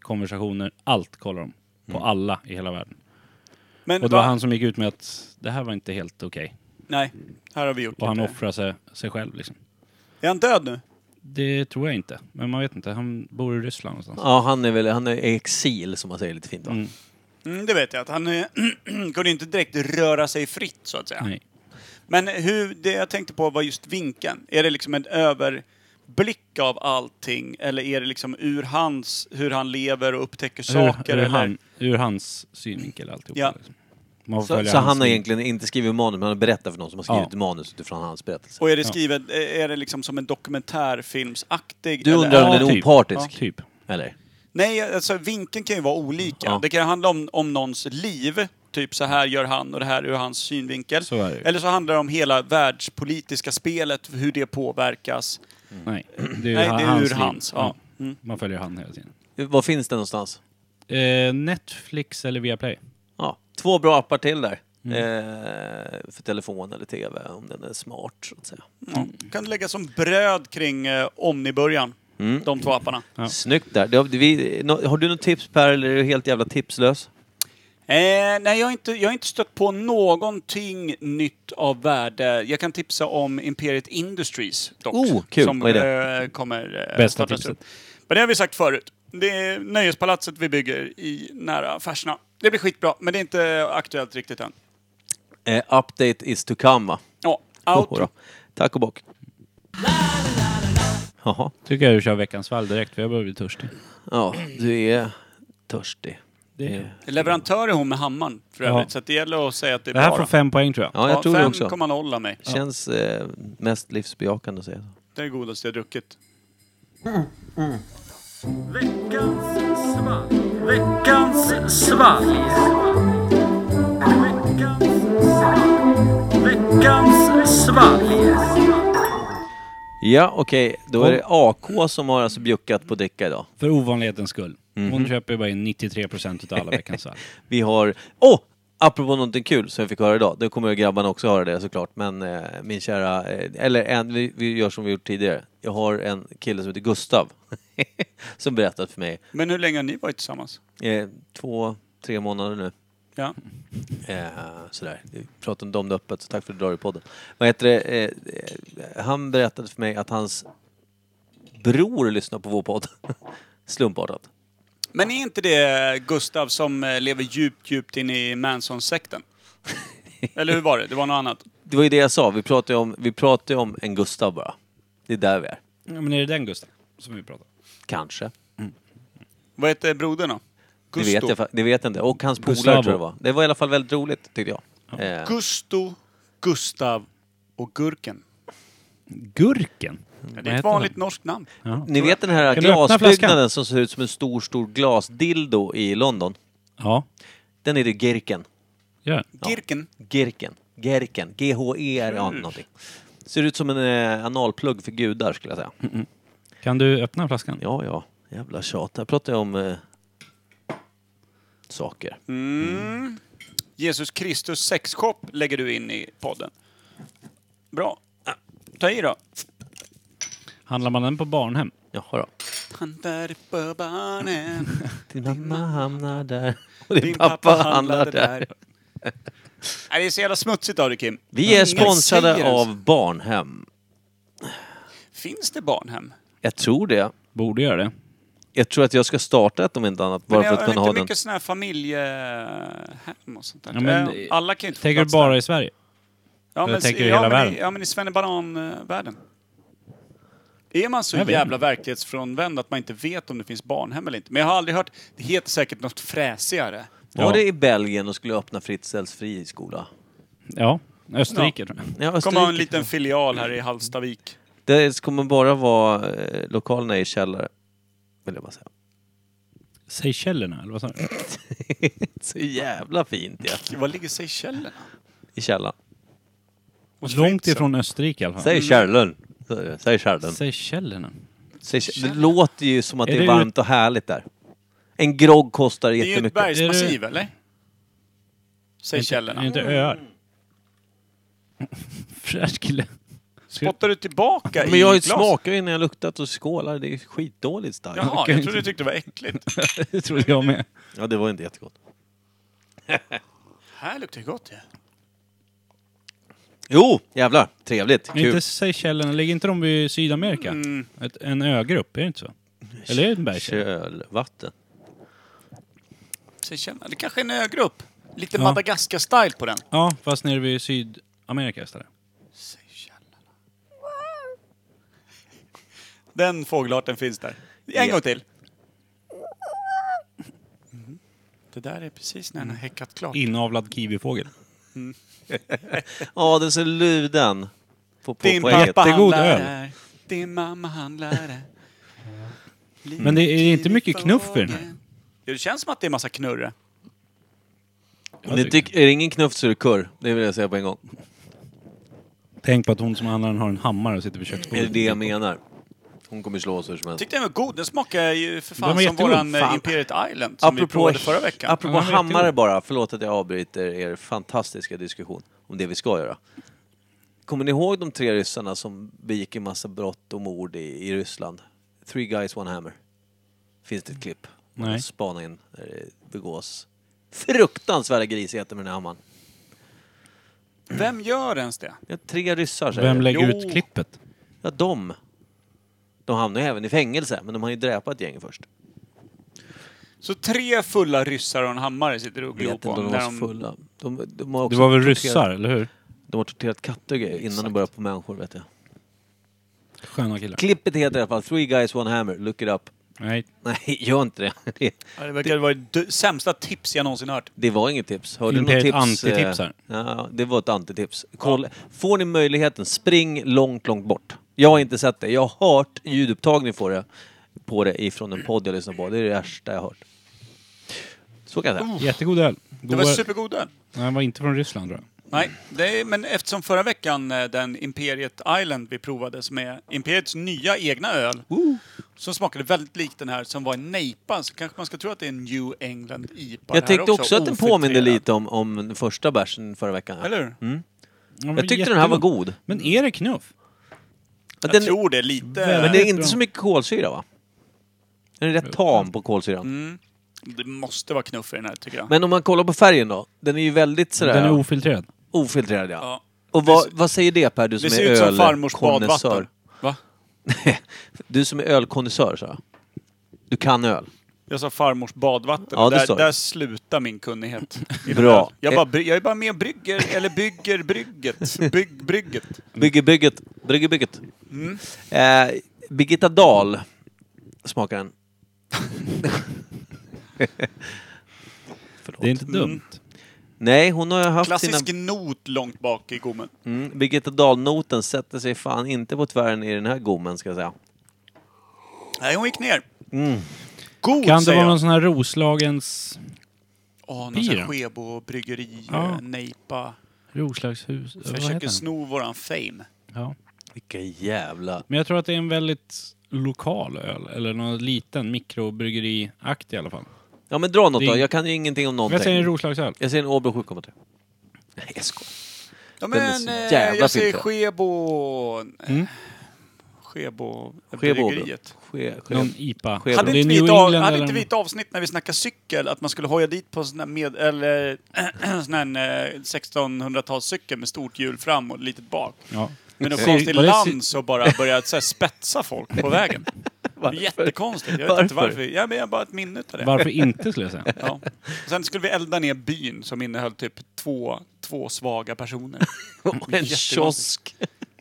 S3: konversationer, allt kollar de. På
S4: Mm.
S3: alla i hela världen.
S1: Men
S3: Och det var
S1: va-
S3: han som gick ut med att det här var inte helt okej.
S1: Nej, här har vi gjort
S3: Och han
S1: lite.
S3: offrar sig, sig själv liksom.
S1: Är han död nu?
S3: det tror jag inte. Men man vet inte. Han bor i Ryssland någonstans.
S4: Ja, han är väl han är i exil som man säger lite fint va?
S3: Mm.
S1: Mm, det vet jag. Att han eh, kunde inte direkt röra sig fritt, så att säga.
S3: Nej.
S1: Men hur, det jag tänkte på var just vinkeln. Är det liksom en överblick av allting? Eller är det liksom ur hans, hur han lever och upptäcker saker?
S3: ur, ur,
S1: eller?
S3: han, ur hans synvinkel alltihop.
S1: Ja.
S3: Liksom. Man får
S4: Så,
S3: följa
S4: så
S3: hans
S4: han har
S3: liv.
S4: egentligen inte skrivit manus, men han berättar för någon som har skrivit
S3: Ja.
S4: manus utifrån hans berättelse.
S1: Och är det skrivet, är det liksom som en dokumentärfilmsaktig?
S4: Du
S1: eller-
S4: undrar om
S1: Ja.
S4: den är
S3: typ.
S4: opartisk?
S3: Ja, typ.
S4: Eller?
S1: Nej, alltså vinkeln kan ju vara olika.
S4: Ja.
S1: Det kan handla om, om någons liv. Typ så här gör han och det här ur hans synvinkel.
S3: Så är det ju.
S1: Eller så handlar det om hela världspolitiska spelet, hur det påverkas.
S3: Nej, det är,
S1: Nej,
S3: ha-
S1: det
S3: hans
S1: är
S3: Mm.
S1: ur
S3: liv.
S1: hans, ja.
S3: Man följer han hela tiden.
S4: Var finns den någonstans?
S3: Eh, Netflix eller Viaplay?
S4: Ja, två bra appar till där. Eh, för telefon eller TV, om den är smart så att säga.
S1: Kan lägga som bröd kring eh, Omniburjan.
S4: Mm.
S1: De två apparna.
S3: Ja.
S4: Snyggt där. Det har, vi, nå- har du något tips Per, eller är du helt jävla tipslös?
S1: Eh, nej, jag har, inte, jag har inte stött på någonting nytt av värde. Jag kan tipsa om Imperiet Industries dock.
S4: Oh, kul.
S1: Som
S4: Vad är
S1: Eh, kommer eh,
S3: Bästa
S1: startas
S3: tipset.
S1: upp. Men det har vi sagt förut. Det är nöjespalatset vi bygger i nära Färsna. Det blir skitbra, men det är inte aktuellt riktigt än.
S4: Eh, update is to come va?
S1: Ja, out.
S4: Jodå. Tack och bock. Jaha,
S3: Tycker jag du kör veckans fall direkt för jag börjar bli törstig.
S4: ja, du är törstig.
S3: Det är...
S1: Leverantör är hon med hammaren för
S3: Ja.
S1: övrigt, så att det gäller att säga att det är
S3: Det här
S1: bra.
S3: får
S1: då.
S3: fem poäng tror jag.
S4: Ja, jag
S1: Ja,
S4: tror det också.
S1: 5,0 av mig.
S4: Känns eh, mest livsbejakande att säga så.
S1: Det är det godaste jag druckit.
S4: Ja, okej. Då är det AK som har alltså bjuckat på Dicka idag.
S3: För ovanlighetens skull. Hon köper ju bara in 93% utav alla veckans fall.
S4: Vi har... Åh! Oh! Apropå någonting kul som jag fick höra idag. Det kommer ju grabbarna också höra det såklart. Men eh, min kära... Eh, eller en, vi, vi gör som vi gjort tidigare. Jag har en kille som heter Gustav. som berättat för mig.
S1: Men hur länge har ni varit tillsammans?
S4: Eh, två, tre månader nu.
S1: Ja.
S4: Eh, sådär. Vi pratade inte om det öppet, så tack för att du drar i podden. Vad heter det? Eh, eh, han berättade för mig att hans bror lyssnar på vår podd. Slumpartat.
S1: Men är inte det Gustav som eh, lever djupt, djupt in i Manson-sekten? Eller hur var det? Det var något annat.
S4: Det var ju det jag sa, vi pratade ju om, vi pratade ju om en Gustav bara. Det är där vi är.
S3: Ja, men är det den Gustav som vi pratar om?
S4: Kanske.
S1: Vad heter brodern då?
S4: Det
S1: Gusto.
S4: vet, jag, fa- det vet jag inte. Och hans polare
S3: Gustavo.
S4: tror jag det var. Det var i alla fall väldigt roligt, tyckte jag. Eh,
S1: Gusto, Gustav och
S4: Mm,
S1: Gurken.
S3: Gurken?
S1: Ja, det är ett vanligt norskt namn.
S4: ni vet den här
S3: Kan du öppna
S4: glasbyggnaden
S3: flaskan?
S4: som ser ut som en stor, stor glasdildo i London?
S3: Ja,
S4: Den heter Girken.
S3: gör den.
S1: Girken.
S4: Girken. Gerken. G-H-E-R ja, någonting. Ser ut som en eh, analplugg för gudar skulle jag säga.
S3: Mm. Kan du öppna flaskan?
S4: Ja, ja. Jävla tjat. Här pratar jag om eh, saker.
S3: Mm.
S1: Jesus Kristus sexshop lägger du in i podden. Bra. Ta i då.
S3: Handlar man den på barnhem?
S4: Jaha då.
S1: Han där på barnen.
S4: Din mamma hamnar där och din,
S1: Din
S4: pappa, handlar
S1: handlade
S4: där.
S1: Nej, det är så jävla smutsigt av dig Kim.
S4: Vi är
S1: Ingen
S4: sponsrade
S1: säger ens.
S4: av Barnhem.
S1: Finns det barnhem?
S4: Jag tror det.
S3: Borde göra det. Jag
S4: Jag tror att jag ska starta ett om inte annat, bara
S1: Men
S4: för
S1: jag
S4: att
S1: har
S4: kunna ha
S1: inte
S4: den.
S1: mycket sådana här familjehem och sånt där.
S3: Ja, men,
S1: Eh, Alla kan ju inte få
S3: tänker du
S1: plats
S3: bara
S1: där.
S3: i Sverige?
S1: ja, men,
S3: tänker du
S1: ja,
S3: hela
S1: men,
S3: världen?
S1: i- Ja, men i svennebanan-världen. Är man så
S3: Jag vet
S1: jävla verklighetsfrånvänd att man inte vet om det finns barnhem eller inte? Men jag har aldrig hört... Det heter säkert något fräsigare.
S4: Var det i Belgien och skulle öppna Fritzels friskola?
S3: Ja, Österrike tror jag.
S4: Ja,
S1: Det kommer ha en
S4: Österrike.
S1: liten filial här i Hallstavik.
S4: Det kommer bara vara eh, lokalerna i källare. Vill jag bara säga.
S3: Seychellerna, eller vad sa du?
S4: Så jävla fint ja.
S1: Var ligger Seychellerna?
S4: I källaren.
S3: Långt ifrån Österrike i alla fall.
S4: Säg
S1: Mm.
S4: källaren. Säg källaren.
S3: Seychellerna.
S4: Säg kä- Det låter ju som att
S3: Är
S4: det är
S3: det
S4: varmt och härligt där. En grogg kostar
S1: Det är ju ett
S4: jättemycket.
S1: bergsmassiv, eller? Seychellerna.
S3: Är det inte öar? Fräsch kille.
S1: Spottar du tillbaka
S4: Men jag
S1: i glas?
S4: smakar ju innan jag luktat och skålar. Det är skitdåligt starkt.
S1: Jaha, jag trodde du tyckte det var äckligt.
S3: Det trodde jag med.
S4: Ja, det var inte jättegott.
S1: Här luktar det gott ju.
S4: Jo, jävlar. Trevligt.
S3: Men
S4: Kul. Mm.
S3: Inte Seychellerna, ligger inte de i Sydamerika? Ett, en ögrupp, är det inte så? Eller är det en bergskälla?
S4: Kölvatten.
S1: Seychellerna. Det kanske är en ögrupp. Lite
S3: Ja.
S1: Madagaskar-style på den.
S3: Ja, fast nere vid Sydamerika istället.
S1: Den fågelarten finns där. En gång till. Mhm. Det där är precis när den har häckat klart.
S3: Inavlad kiwifågel.
S4: Ja, den ser luden. På, på
S1: Din
S4: poängen.
S1: pappa
S3: Jättegod
S1: handlar
S3: öl.
S1: här. Din mamma handlar här.
S3: Men det är inte mycket knuff i den här.
S1: Ja, Det känns som att det är massa knurre.
S4: Om det tyck, är det ingen knuff så är det kurr. Det vill jag säga på en gång.
S3: Tänk på att hon som handlar den har en hammare och sitter vid
S4: Det är
S3: köksbordet.
S4: det jag menar. Hon kommer slå oss hur som helst.
S1: Tyckte den var god. Den smakar ju för
S3: Den
S1: fan
S3: var
S1: som
S3: jättegod.
S1: våran eh,
S3: Fan.
S1: Imperiet Island som vi provade förra veckan.
S4: apropå
S3: Ja, men
S4: hammare
S3: jättegod.
S4: bara, förlåt att jag avbryter er fantastiska diskussion om det vi ska göra. Kommer ni ihåg de tre ryssarna som begick en massa brott och mord i, i Ryssland? Three guys, one hammer. Finns det ett klipp? Man
S3: Nej.
S4: Spana in när det begås fruktansvärda grisigheter med den här hammaren.
S1: Vem gör ens det?
S4: Det är tre ryssar säger
S3: Vem
S4: jag.
S3: lägger
S1: Jo.
S3: ut klippet?
S4: Ja, de. De hamnar ju även i fängelse, men de har ju dräpat gängen först.
S1: Så tre fulla ryssar och en hammare sitter och
S4: Jag
S1: glor
S4: vet
S1: på.
S4: inte om de
S1: när
S4: var så fulla. De, de har
S3: Det
S4: också
S3: var väl
S4: torterat-
S3: ryssar, eller hur?
S4: De har torterat katter och grejer innan de började på människor, vet jag.
S3: Sköna killar.
S4: Klippet heter i alla fall Three Guys One Hammer, look it up.
S3: Nej.
S4: Nej, gör inte det. Det,
S1: Ja, det verkar vara det dö- sämsta tips jag någonsin hört.
S4: det var inget tips. Hörde du något
S3: Imperiet
S4: tips?
S3: antitips här.
S4: Eh, Ja, det var ett antitips. Kolla. Får ni möjligheten, spring långt, långt bort. Jag har inte sett det. Jag har hört ljudupptagning på det, på det ifrån en podd jag lyssnar på. Det är det värsta jag har hört. Så kan jag säga.
S3: Jättegod öl.
S1: Det
S3: Goda...
S1: var supergod öl.
S3: Nej, den var inte från Ryssland tror jag.
S1: Nej, det är, men eftersom förra veckan eh, den Imperiet Island vi provade som är Imperiets nya egna öl. Som smakade väldigt likt den här som var en nejpa så kanske man ska tro att det är en New England IPA.
S4: Jag
S1: det här
S4: tyckte också att den
S1: ofiltrerad.
S4: påminner lite Mm. om, om den första bärsen förra veckan. ja.
S1: Eller hur?
S3: Den var
S4: Jag tyckte den här var
S3: jättegod.
S4: god.
S3: Men är det knuff?
S4: Ja,
S1: Jag
S4: den,
S1: tror det lite.
S4: men det
S1: det,
S4: är inte så mycket kolsyra va? Den är rätt
S3: Mm.
S4: tam på kolsyran.
S1: Mm. måste vara knuff i den här tycker jag.
S4: Men om man kollar på färgen då. Den är ju väldigt sådär
S3: Den är ofiltrerad.
S4: ofiltrerad ja.
S1: Ja.
S4: Och vad, vad säger det Per, du
S1: det
S4: som
S1: ser
S4: är
S1: ut som farmors
S4: ölkonnässör?
S1: badvatten. Va?
S4: du som är ölkonnässör sa jag. Du kan öl.
S1: Jag sa farmors badvatten.
S4: Ja, det sa
S1: där,
S4: du.
S1: där slutar min kunnighet.
S4: Bra. Eh-
S1: Jag, bara, bry- jag är bara med och brygger, eller bygger brygget. Bygg brygget.
S4: Bygge bygget, brygge bygget.
S1: Mm.
S4: Eh, Birgitta Dahl smakar den. Förlåt. Mm.
S3: Det är inte dumt.
S4: Nej, hon har ju haft
S1: Klassisk
S4: sina...
S1: not långt bak i gommen.
S4: Mm, Birgitta Dahl-noten sätter sig fan inte på tvären i den här gommen ska jag säga.
S1: Nej, hon gick ner. God
S3: Mm. Kan det
S1: säger
S3: vara någon
S1: jag.
S3: sån här Roslagens...
S1: Åh, någon sån
S3: Pir?
S1: här Skebo bryggeri,
S3: Ja.
S1: eh, Nejpa.
S3: Roslagshus? Vad heter
S1: Försöker
S3: den?
S1: sno våran fame.
S3: Ja.
S4: Vilka jävla...
S3: Men jag tror att det är en väldigt lokal öl. Eller någon liten mikrobryggeriakt i alla fall.
S4: Ja men dra något
S3: Det-
S4: då, jag kan ju ingenting om
S3: Men
S4: någonting.
S3: jag säger en Roslagsöl.
S4: Jag säger en Åbro 7,3. Nej jag skojar.
S1: Ja,
S4: Den är
S1: men
S4: så
S1: eh,
S4: jävla
S1: jag säger
S4: filtrad.
S1: Skebo...
S3: Mm.
S1: eh, Skebo... eh,
S4: Skebo Åbro.
S1: Bryggeriet.
S4: Ske- ske-
S3: Någon IPA.
S4: Skev-
S3: Om
S1: Hade
S3: det är
S1: inte, vi
S3: New
S1: ett, av,
S3: England
S1: hade
S3: eller
S1: inte vi
S3: någon-
S1: ett avsnitt när vi snackade cykel att man skulle hoja dit på en sån här, med, eller, sån här eh, 1600-talscykel med stort hjul fram och litet bak?
S3: Ja.
S1: Men de
S3: Ser-
S1: kom till
S3: var det sy-
S1: land så bara började så här, spetsa folk på vägen. Jättekonstigt. Jag vet inte
S4: Varför?
S1: varför. Ja, men jag har bara ett minne av det.
S3: Varför inte skulle jag säga.
S1: Ja. Och sen skulle vi elda ner byn som innehöll typ två, två svaga personer.
S4: en kiosk.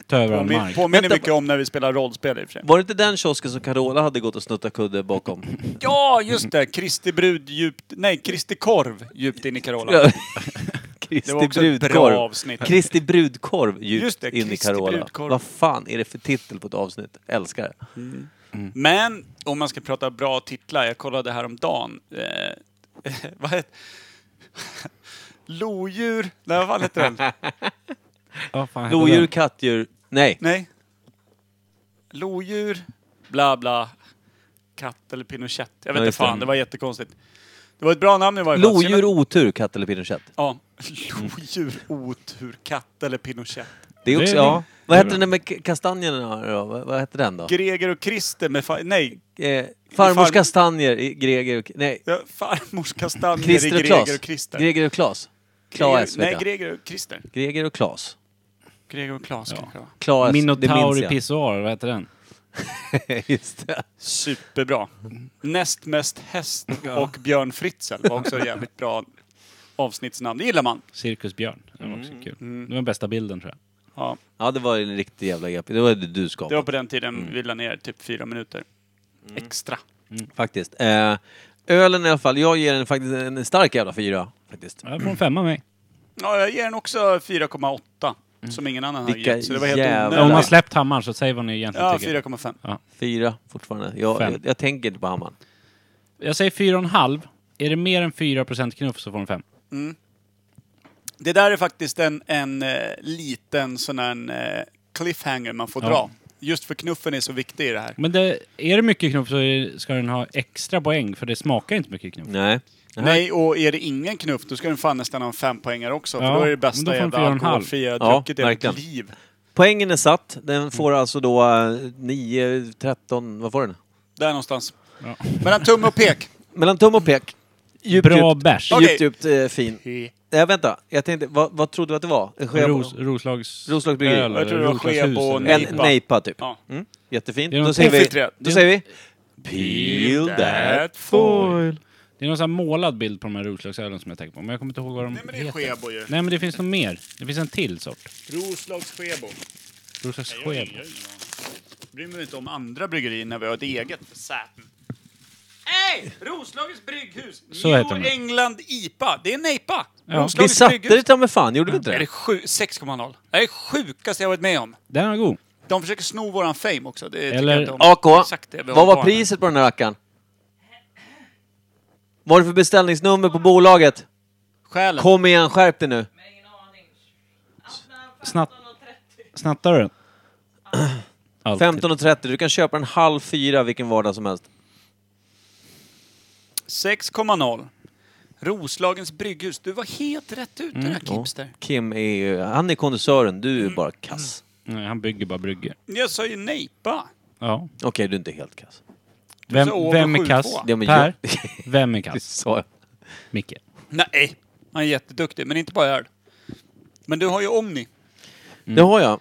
S3: Ta över all
S1: Påmin-
S3: mark.
S1: Påminner
S4: Vänta,
S1: mycket om när vi spelar rollspel i och för sig.
S4: Var det inte den kiosken som Carola hade gått och snuttat kudde bakom?
S1: Ja, just det! Kristi brud djupt... Nej, Kristi korv djupt in i Carola.
S4: Ja. Kristi
S1: Det var också ett bra
S4: brudkorv.
S1: avsnitt.
S4: Kristi brudkorv djupt
S1: Just det,
S4: in i
S1: Kristi
S4: Carola.
S1: brudkorv.
S4: Vad fan är det för titel på ett avsnitt? Älskar det.
S1: Men om man ska prata bra titlar, jag kollade häromdagen. Eh, vad heter... Lodjur? Nej, vad heter den?
S3: Ja, fan, heter
S4: Lodjur,
S3: den?
S4: kattdjur. Nej.
S1: Nej. Lodjur, bla bla, katt eller Pinochet. Jag vet
S4: Ja,
S1: inte
S4: just det.
S1: fan, det var jättekonstigt. Det var ett bra namn i varje fall.
S4: Lodjur,
S1: Sen-
S4: otur, katt eller Pinochet.
S1: Ja. Lodjur, otur, katt eller Pinochet.
S4: Det är också,
S3: Det
S4: ja.
S3: är bra.
S4: Vad
S3: Det är
S4: hette
S3: bra.
S4: den med k- kastanjerna då? Vad, vad hette den då?
S1: Greger och Christer med... Fa- nej,
S4: Eh, farmors
S1: Farm-
S4: kastanjer i Greger och... Nej.
S1: ja, farmors kastanjer i
S4: Christer och
S1: Greger
S4: Klas.
S1: och Christer.
S4: Greger och Klas. Klas
S1: nej,
S4: vet jag.
S1: Greger och Christer.
S4: Greger och Klas.
S1: Gregor Claes
S3: Ja.
S1: kanske det var.
S4: Klas,
S3: Minotaur
S4: det
S3: i
S4: minns
S3: pissoar, vad heter den?
S4: jag. Just det.
S1: Superbra. Näst mest häst och Björn Fritzl var också ett jävligt bra avsnittsnamn. Det gillar man.
S3: Cirkusbjörn. Det var
S1: Mm,
S3: också kul. Det var den bästa bilden tror jag.
S1: Ja,
S4: Ja, det var en riktig jävla episk. Det var det du skapade.
S1: det var på den tiden
S3: Mm.
S1: vi la ner typ fyra minuter extra.
S4: Faktiskt. Eh, ölen i alla fall, jag ger den faktiskt en stark jävla fyra. Faktiskt.
S3: Jag får en femma av mig.
S1: Ja, jag ger den också 4,8
S3: Mm.
S1: som ingen annan har
S4: Vilka
S1: gett. Så det var helt
S4: jävla-
S1: onödigt.
S3: Om man släppt hammaren så säg vad ni egentligen
S1: Mm. Ja,
S3: tycker.
S1: 4,5.
S4: Fyra fortfarande. Jag,
S3: Fem.
S4: jag, jag tänker inte på hammaren.
S3: Jag säger fyra och en halv. Är det mer än 4% knuff så får den fem.
S1: Det där är faktiskt en, en eh, liten sån här en, eh, cliffhanger man får
S3: Ja.
S1: dra. Just för knuffen är så viktig i det här.
S3: Men det, är det mycket knuff så är- ska den ha extra poäng för det smakar inte mycket knuff.
S4: Nej.
S1: Nej, och är det ingen knuff då ska den fan nästan ha en fempoängare också. För
S3: Ja,
S1: då är det
S3: men då
S1: bästa
S3: får den
S1: jävla
S3: fyra och en halv.
S1: alkoholfria jag
S4: Ja,
S1: druckit i mitt
S4: verkligen.
S1: liv.
S4: Poängen är satt.
S3: Mm.
S4: Den får alltså då eh, 9, 13, vad får den?
S1: Där någonstans.
S3: Ja.
S1: Mellan tumme och pek.
S4: Mellan tum och pek. Djupt,
S3: Bra
S4: djupt,
S3: bärs.
S1: Okej.
S4: djupt, djupt eh, fin. Nej, vänta. Jag tänkte, vad, vad trodde du att det var? En skebo?
S3: Ros, Roslags...
S4: Roslags bryggeri.
S3: öl,
S1: Jag tror det var
S3: Roslagshus
S1: Skebo och
S3: eller-
S1: Nej.
S4: en
S1: nejpa.
S4: nejpa, typ.
S1: Ja.
S4: Mm. Jättefint.
S3: Det är någon
S4: Då säger, vi,
S1: ofiltrerat.
S4: då säger vi... Peel that foil.
S3: Det är någon sån här målad bild på de här Roslagsölen som jag tänker på, men jag kommer inte ihåg vad de
S1: Nej men det är
S3: heter.
S1: Skebo ju.
S3: Nej men det finns nog mer. Det finns en till sort.
S1: Roslags Skebo.
S3: Roslags Skebo.
S1: Bryr mig inte om andra bryggerier när vi har ett eget för säten. Nej! Roslagens brygghus!
S3: Så
S1: New
S3: heter de.
S1: England IPA. Det är en IPA!
S3: Ja.
S4: Vi
S1: Roslagens
S4: satte det ta mig fan, gjorde vi inte
S1: Är det
S4: det?
S1: sju- 6,0? Det är sjukaste jag varit med om.
S3: Den var god.
S1: De försöker sno våran fame också. Det tycker
S3: Eller-
S1: jag inte om.
S4: AK,
S1: Exakt det vi har
S4: vad var
S1: kvar.
S4: priset på den här rackaren? Vad är det för beställningsnummer på bolaget?
S1: Skälen.
S4: Kom igen, skärp dig nu.
S3: Snatt... Snattar du den? Alltid.
S4: 15.30, du kan köpa en halv fyra vilken vardag som helst.
S1: 6,0. Roslagens brygghus. Du var helt rätt
S3: Mm,
S1: ute där, Kipster.
S4: Kim är ju, han är kondensören, du är bara kass.
S3: Nej, han bygger bara bryggor.
S1: Jag sa ju nejpa.
S3: Ja.
S4: Okej, du är inte helt kass.
S3: Vem,
S1: sa över
S3: vem är
S1: sju
S3: kass?
S1: två.
S4: Ja, men
S3: Per?
S4: jag-
S3: Vem är kass?
S4: Sa jag.
S3: Micke.
S1: Nej, han är jätteduktig, men inte bara öl. Men du har ju Omni.
S4: Det har
S3: Mm.
S4: jag.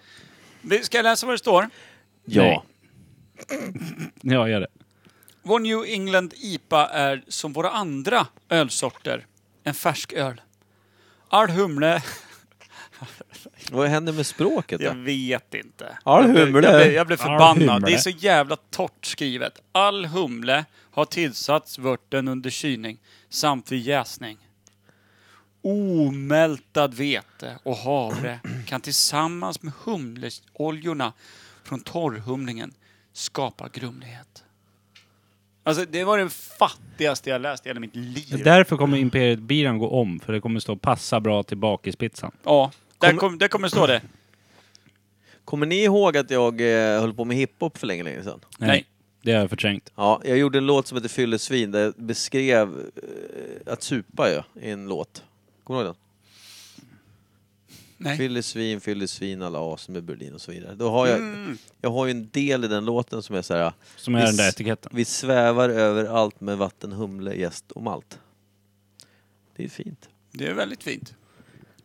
S1: Vi ska läsa vad det står.
S4: Ja.
S3: Nej. Ja, gör det.
S1: Vår New England IPA är som våra andra ölsorter en färsk öl. All humle...
S4: Vad händer med språket?
S1: Jag
S4: Då?
S1: vet inte.
S4: All
S1: Jag blev-
S4: humle.
S1: Jag blev, jag blev
S3: All
S1: förbannad.
S3: humle.
S1: Det är så jävla torrt skrivet. All humle har tillsatts vörten under kylning samt vid jäsning. Omältad vete och havre kan tillsammans med humleoljorna från torrhumlingen skapa grumlighet. Alltså det var det fattigaste jag läst i hela mitt liv.
S3: Därför kommer Imperiet Biran gå om, för det kommer stå passa bra till bakispizzan.
S1: ja, där, kom, där kommer stå det.
S4: Kommer ni ihåg att jag eh, höll på med hiphop för länge, länge sedan?
S1: Nej.
S3: Det har jag förträngt.
S4: Ja, jag gjorde en låt som heter Fyllesvin där jag beskrev eh, att supa ju, i en låt. Kommer du ihåg den?
S1: Nej.
S4: Fyllesvin, fyllesvin, alla asen med Berlin och så vidare. Då har jag,
S3: Mm.
S4: jag har ju en del i den låten som är så här...
S3: Som är
S4: vi
S3: den där
S4: s-
S3: etiketten.
S4: Vi svävar över allt med vatten, humle, gäst och malt. Det är fint.
S1: Det är väldigt fint.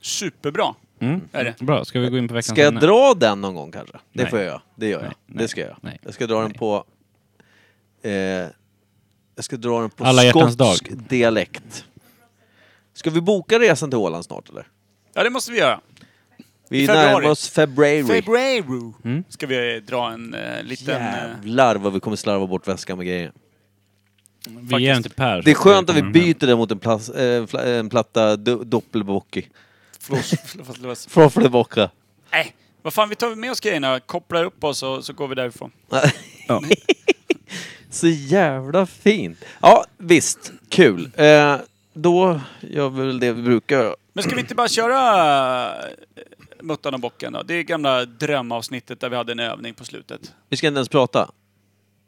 S1: Superbra
S3: Mm.
S1: är det.
S3: Bra, ska vi gå in på veckans
S4: Ska jag
S3: ämne?
S4: dra den någon gång kanske? Det
S3: Nej.
S4: får jag göra. Det gör jag.
S3: Nej, nej,
S4: det ska jag göra.
S3: nej,
S4: Jag ska dra den på... Eh, jag ska dra den på
S3: Alla hjärtans
S4: skotsk dialekt. Ska vi boka resan till Åland snart eller?
S1: Ja, det måste vi göra.
S4: Vi
S1: I februari.
S4: närmar oss februari.
S1: February.
S4: Mm.
S1: Ska vi eh, dra en eh, liten... eh,
S4: Jävlar vad vi kommer slarva bort väskan med grejer.
S3: Vi ger den till Per. så
S4: Det är skönt
S3: vi
S4: att vi
S3: kommer med.
S4: byter den mot en, plas, eh, fla, en platta do, doppelbocki.
S1: flås- flås- flås-
S4: Froffelbocka.
S1: Nej, vad fan, vi tar med oss grejerna, kopplar upp oss och så går vi därifrån.
S4: Så jävla fint. Ja, visst. Kul. Eh, då gör vi väl det vi brukar göra.
S1: Men ska vi inte bara köra eh, Muttan och bocken då? Det är gamla drömavsnittet där vi hade en övning på slutet.
S4: Vi ska inte ens prata.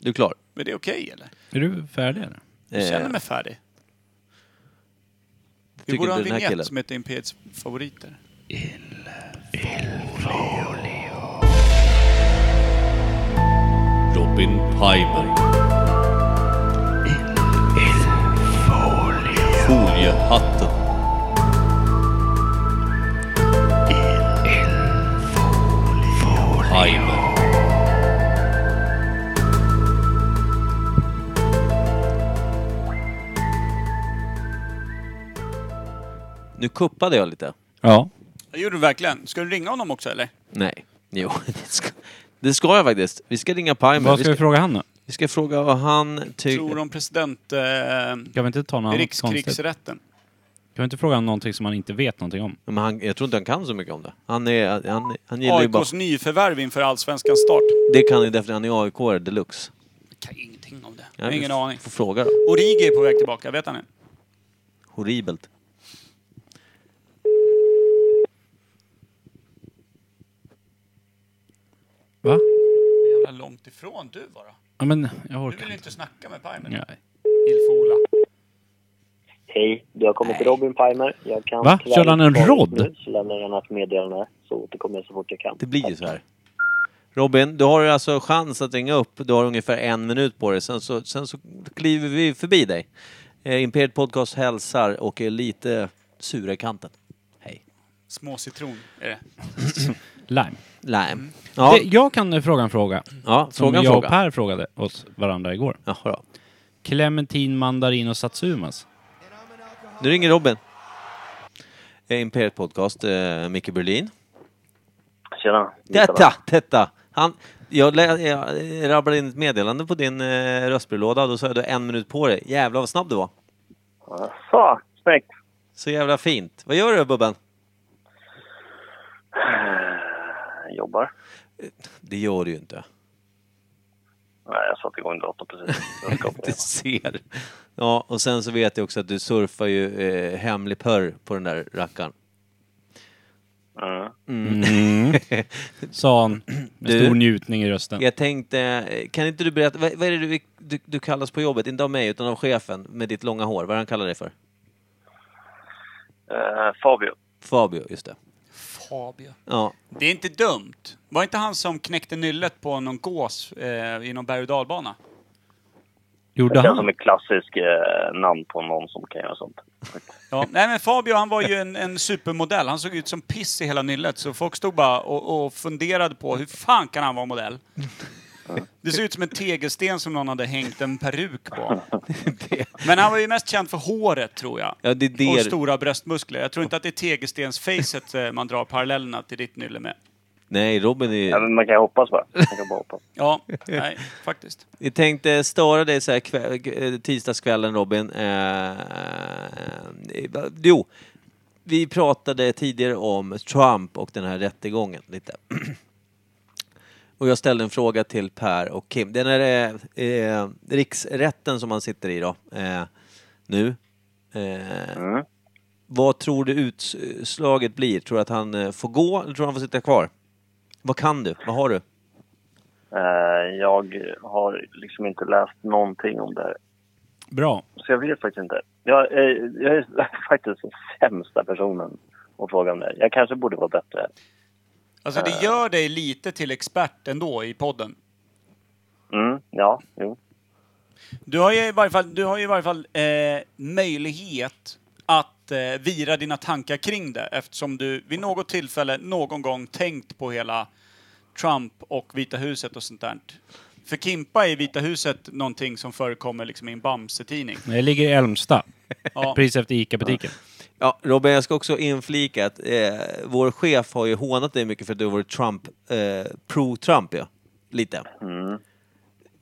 S4: Du är klar?
S1: Men det är okej eller?
S3: Är du färdig eller?
S1: Jag känner
S4: Eh,
S1: mig färdig. Vi
S4: tycker
S1: borde ha en
S4: inte den här killen.
S1: vinjett som heter Imperiets favoriter.
S8: Robin Piper. Foliehatten.
S4: Nu kuppade jag lite.
S3: Ja.
S1: Det gjorde du verkligen. Ska du ringa honom också eller?
S4: Nej. Jo, det ska, det ska jag faktiskt. Vi ska ringa Pimer.
S3: Vad
S4: Vi
S3: ska vi
S4: ska,
S3: fråga han då?
S4: vi ska fråga vad han
S1: Tror
S4: tycker.
S1: om president... Eh,
S3: Kan vi inte ta något annat konstigt? Kan
S1: rikskrigsrätten.
S3: vi inte fråga honom någonting som han inte vet någonting om?
S4: Men han, jag tror inte han kan så mycket om det. Han, är, han, han gillar ju bara...
S1: AIKs nyförvärv inför Allsvenskans start.
S4: Det kan ju definitivt. Han är AIK-are deluxe.
S1: Jag kan ingenting om det. Jag
S4: Jag
S1: har ingen
S4: får-
S1: aning.
S4: Får fråga då.
S1: Origi är på väg tillbaka, vet han det?
S4: Horribelt.
S3: Va?
S1: Jävla långt ifrån du bara.
S3: Ja, men jag
S1: Du
S3: orkar
S1: vill
S3: inte.
S1: inte snacka med Pajmen.
S3: Nej.
S1: Ilfola.
S9: Hej, du har kommit till Robin Palmer. Jag kan
S3: Va?
S9: tyvärr
S3: Körde han
S9: inte
S3: en
S9: svara
S3: rodd?
S9: just nu, Så lämnar jag gärna ett meddelande så återkommer jag så fort jag kan.
S4: Det blir ju så här. Robin, du har alltså chans att ringa upp. Du har ungefär en minut på dig. Sen så, sen så kliver vi förbi dig. Eh, Imperiet Podcast hälsar och är lite sura i kanten. Hej.
S1: Små citron är det.
S3: Lime.
S4: Nej.
S1: Mm.
S4: Ja,
S3: Det- Jag kan eh, fråga en fråga.
S4: ja
S3: Som
S4: fråga en
S3: jag
S4: fråga.
S3: och Per frågade oss varandra igår.
S4: Jaha då.
S3: Clementin, mandarin och satsumas.
S4: Nu ringer Robin. Eh, Imperiet Podcast, eh, Micke Berlin.
S9: Tjena.
S4: Detta, detta! Han, jag, lä, eh, jag rabblade in ett meddelande på din eh, röstbrevlåda och då sa jag du har en minut på dig. Jävlar vad snabb du var.
S9: Så, snyggt.
S4: Så jävla fint. Vad gör du Bubben?
S9: Jag jobbar.
S4: Det gör du ju inte.
S9: Nej, jag satte igång datorn precis. Jag ska upp
S4: Du
S9: igen.
S4: ser. Ja, och sen så vet jag också att du surfar ju eh, hemlig pörr på den där rackaren.
S9: Mm.
S3: Sa han med
S4: Du?
S3: stor njutning i rösten.
S4: Jag tänkte, eh, kan inte du berätta, vad, vad är det du, du, du kallas på jobbet? Inte av mig, utan av chefen med ditt långa hår. Vad är det han kallar dig för?
S9: Eh, Fabio.
S4: Fabio, just det.
S1: Fabio.
S4: Ja,
S1: Det är inte dumt. Var inte han som knäckte nyllet på någon gås eh, i någon berg och dalbana?
S3: Gjorde
S9: Det känns som
S3: han?
S9: ett klassiskt eh, namn på någon som kan göra sånt.
S1: Ja. Nej men Fabio han var ju en, en supermodell. Han såg ut som piss i hela nyllet så folk stod bara och, och funderade på hur fan kan han vara modell? Det ser ut som en tegelsten som någon hade hängt en peruk på. Men han var ju mest känd för håret tror jag.
S4: ja det är det.
S1: Och
S4: du-
S1: stora bröstmuskler. Jag tror inte att det är tegelstensfejset eh, man drar parallellerna till ditt nylle med.
S4: Nej, Robin
S9: Ja,
S4: är...
S9: men man kan ju hoppas bara. Man kan bara hoppas.
S1: Ja, nej, faktiskt.
S4: Jag tänkte störa dig så här kväll, eh, tisdagskvällen Robin. Eh, eh, jo, vi pratade tidigare om Trump och den här rättegången lite. Och jag ställde en fråga till Per och Kim. Den här eh, eh, riksrätten som han sitter i då, eh, nu. Eh,
S9: Mm.
S4: Vad tror du utslaget blir? Tror du att han eh, får gå eller tror du han får sitta kvar? Vad kan du? Vad har du?
S9: Eh, jag har liksom inte läst någonting om det här.
S3: Bra.
S9: Så jag vet faktiskt inte. Jag, eh, jag är faktiskt den sämsta personen att fråga om det här. Jag kanske borde vara bättre.
S1: Alltså det gör dig lite till expert ändå i podden.
S9: Mm, ja, jo.
S1: Du har ju i varje fall, du har ju i varje fall eh, möjlighet att eh, vira dina tankar kring det eftersom du vid något tillfälle någon gång tänkt på hela Trump och Vita huset och sånt där. För Kimpa är Vita huset någonting som förekommer liksom i en Bamse-tidning.
S3: Jag ligger i Älmsta.
S1: Ja.
S3: Precis efter ICA-butiken.
S4: Ja, Robin, jag ska också inflika att eh, vår chef har ju hånat dig mycket för att du har varit Trump, eh, pro-Trump ja. Lite.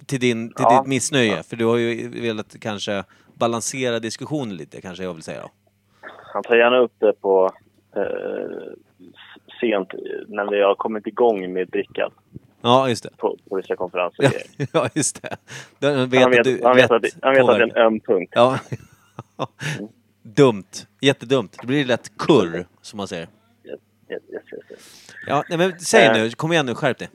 S4: Till, din, till
S9: Ja.
S4: ditt missnöje, för du har ju velat kanske balansera diskussionen lite, kanske jag vill säga då.
S9: Han tar gärna upp det på eh, sent eh, när vi har kommit igång med drickan
S4: Ja, just det.
S9: på, på vissa konferenser. och
S4: Ja,
S9: grejer.
S4: ja just det. Den
S9: han vet, han vet, att, det- han vet att det är
S4: påverkar.
S9: en öm punkt.
S4: Ja. Dumt. Jättedumt. Det blir lätt kurr, som man säger.
S9: Yes, yes, yes, yes.
S4: Ja, nej, men säg nu. Kom igen nu, skärp dig.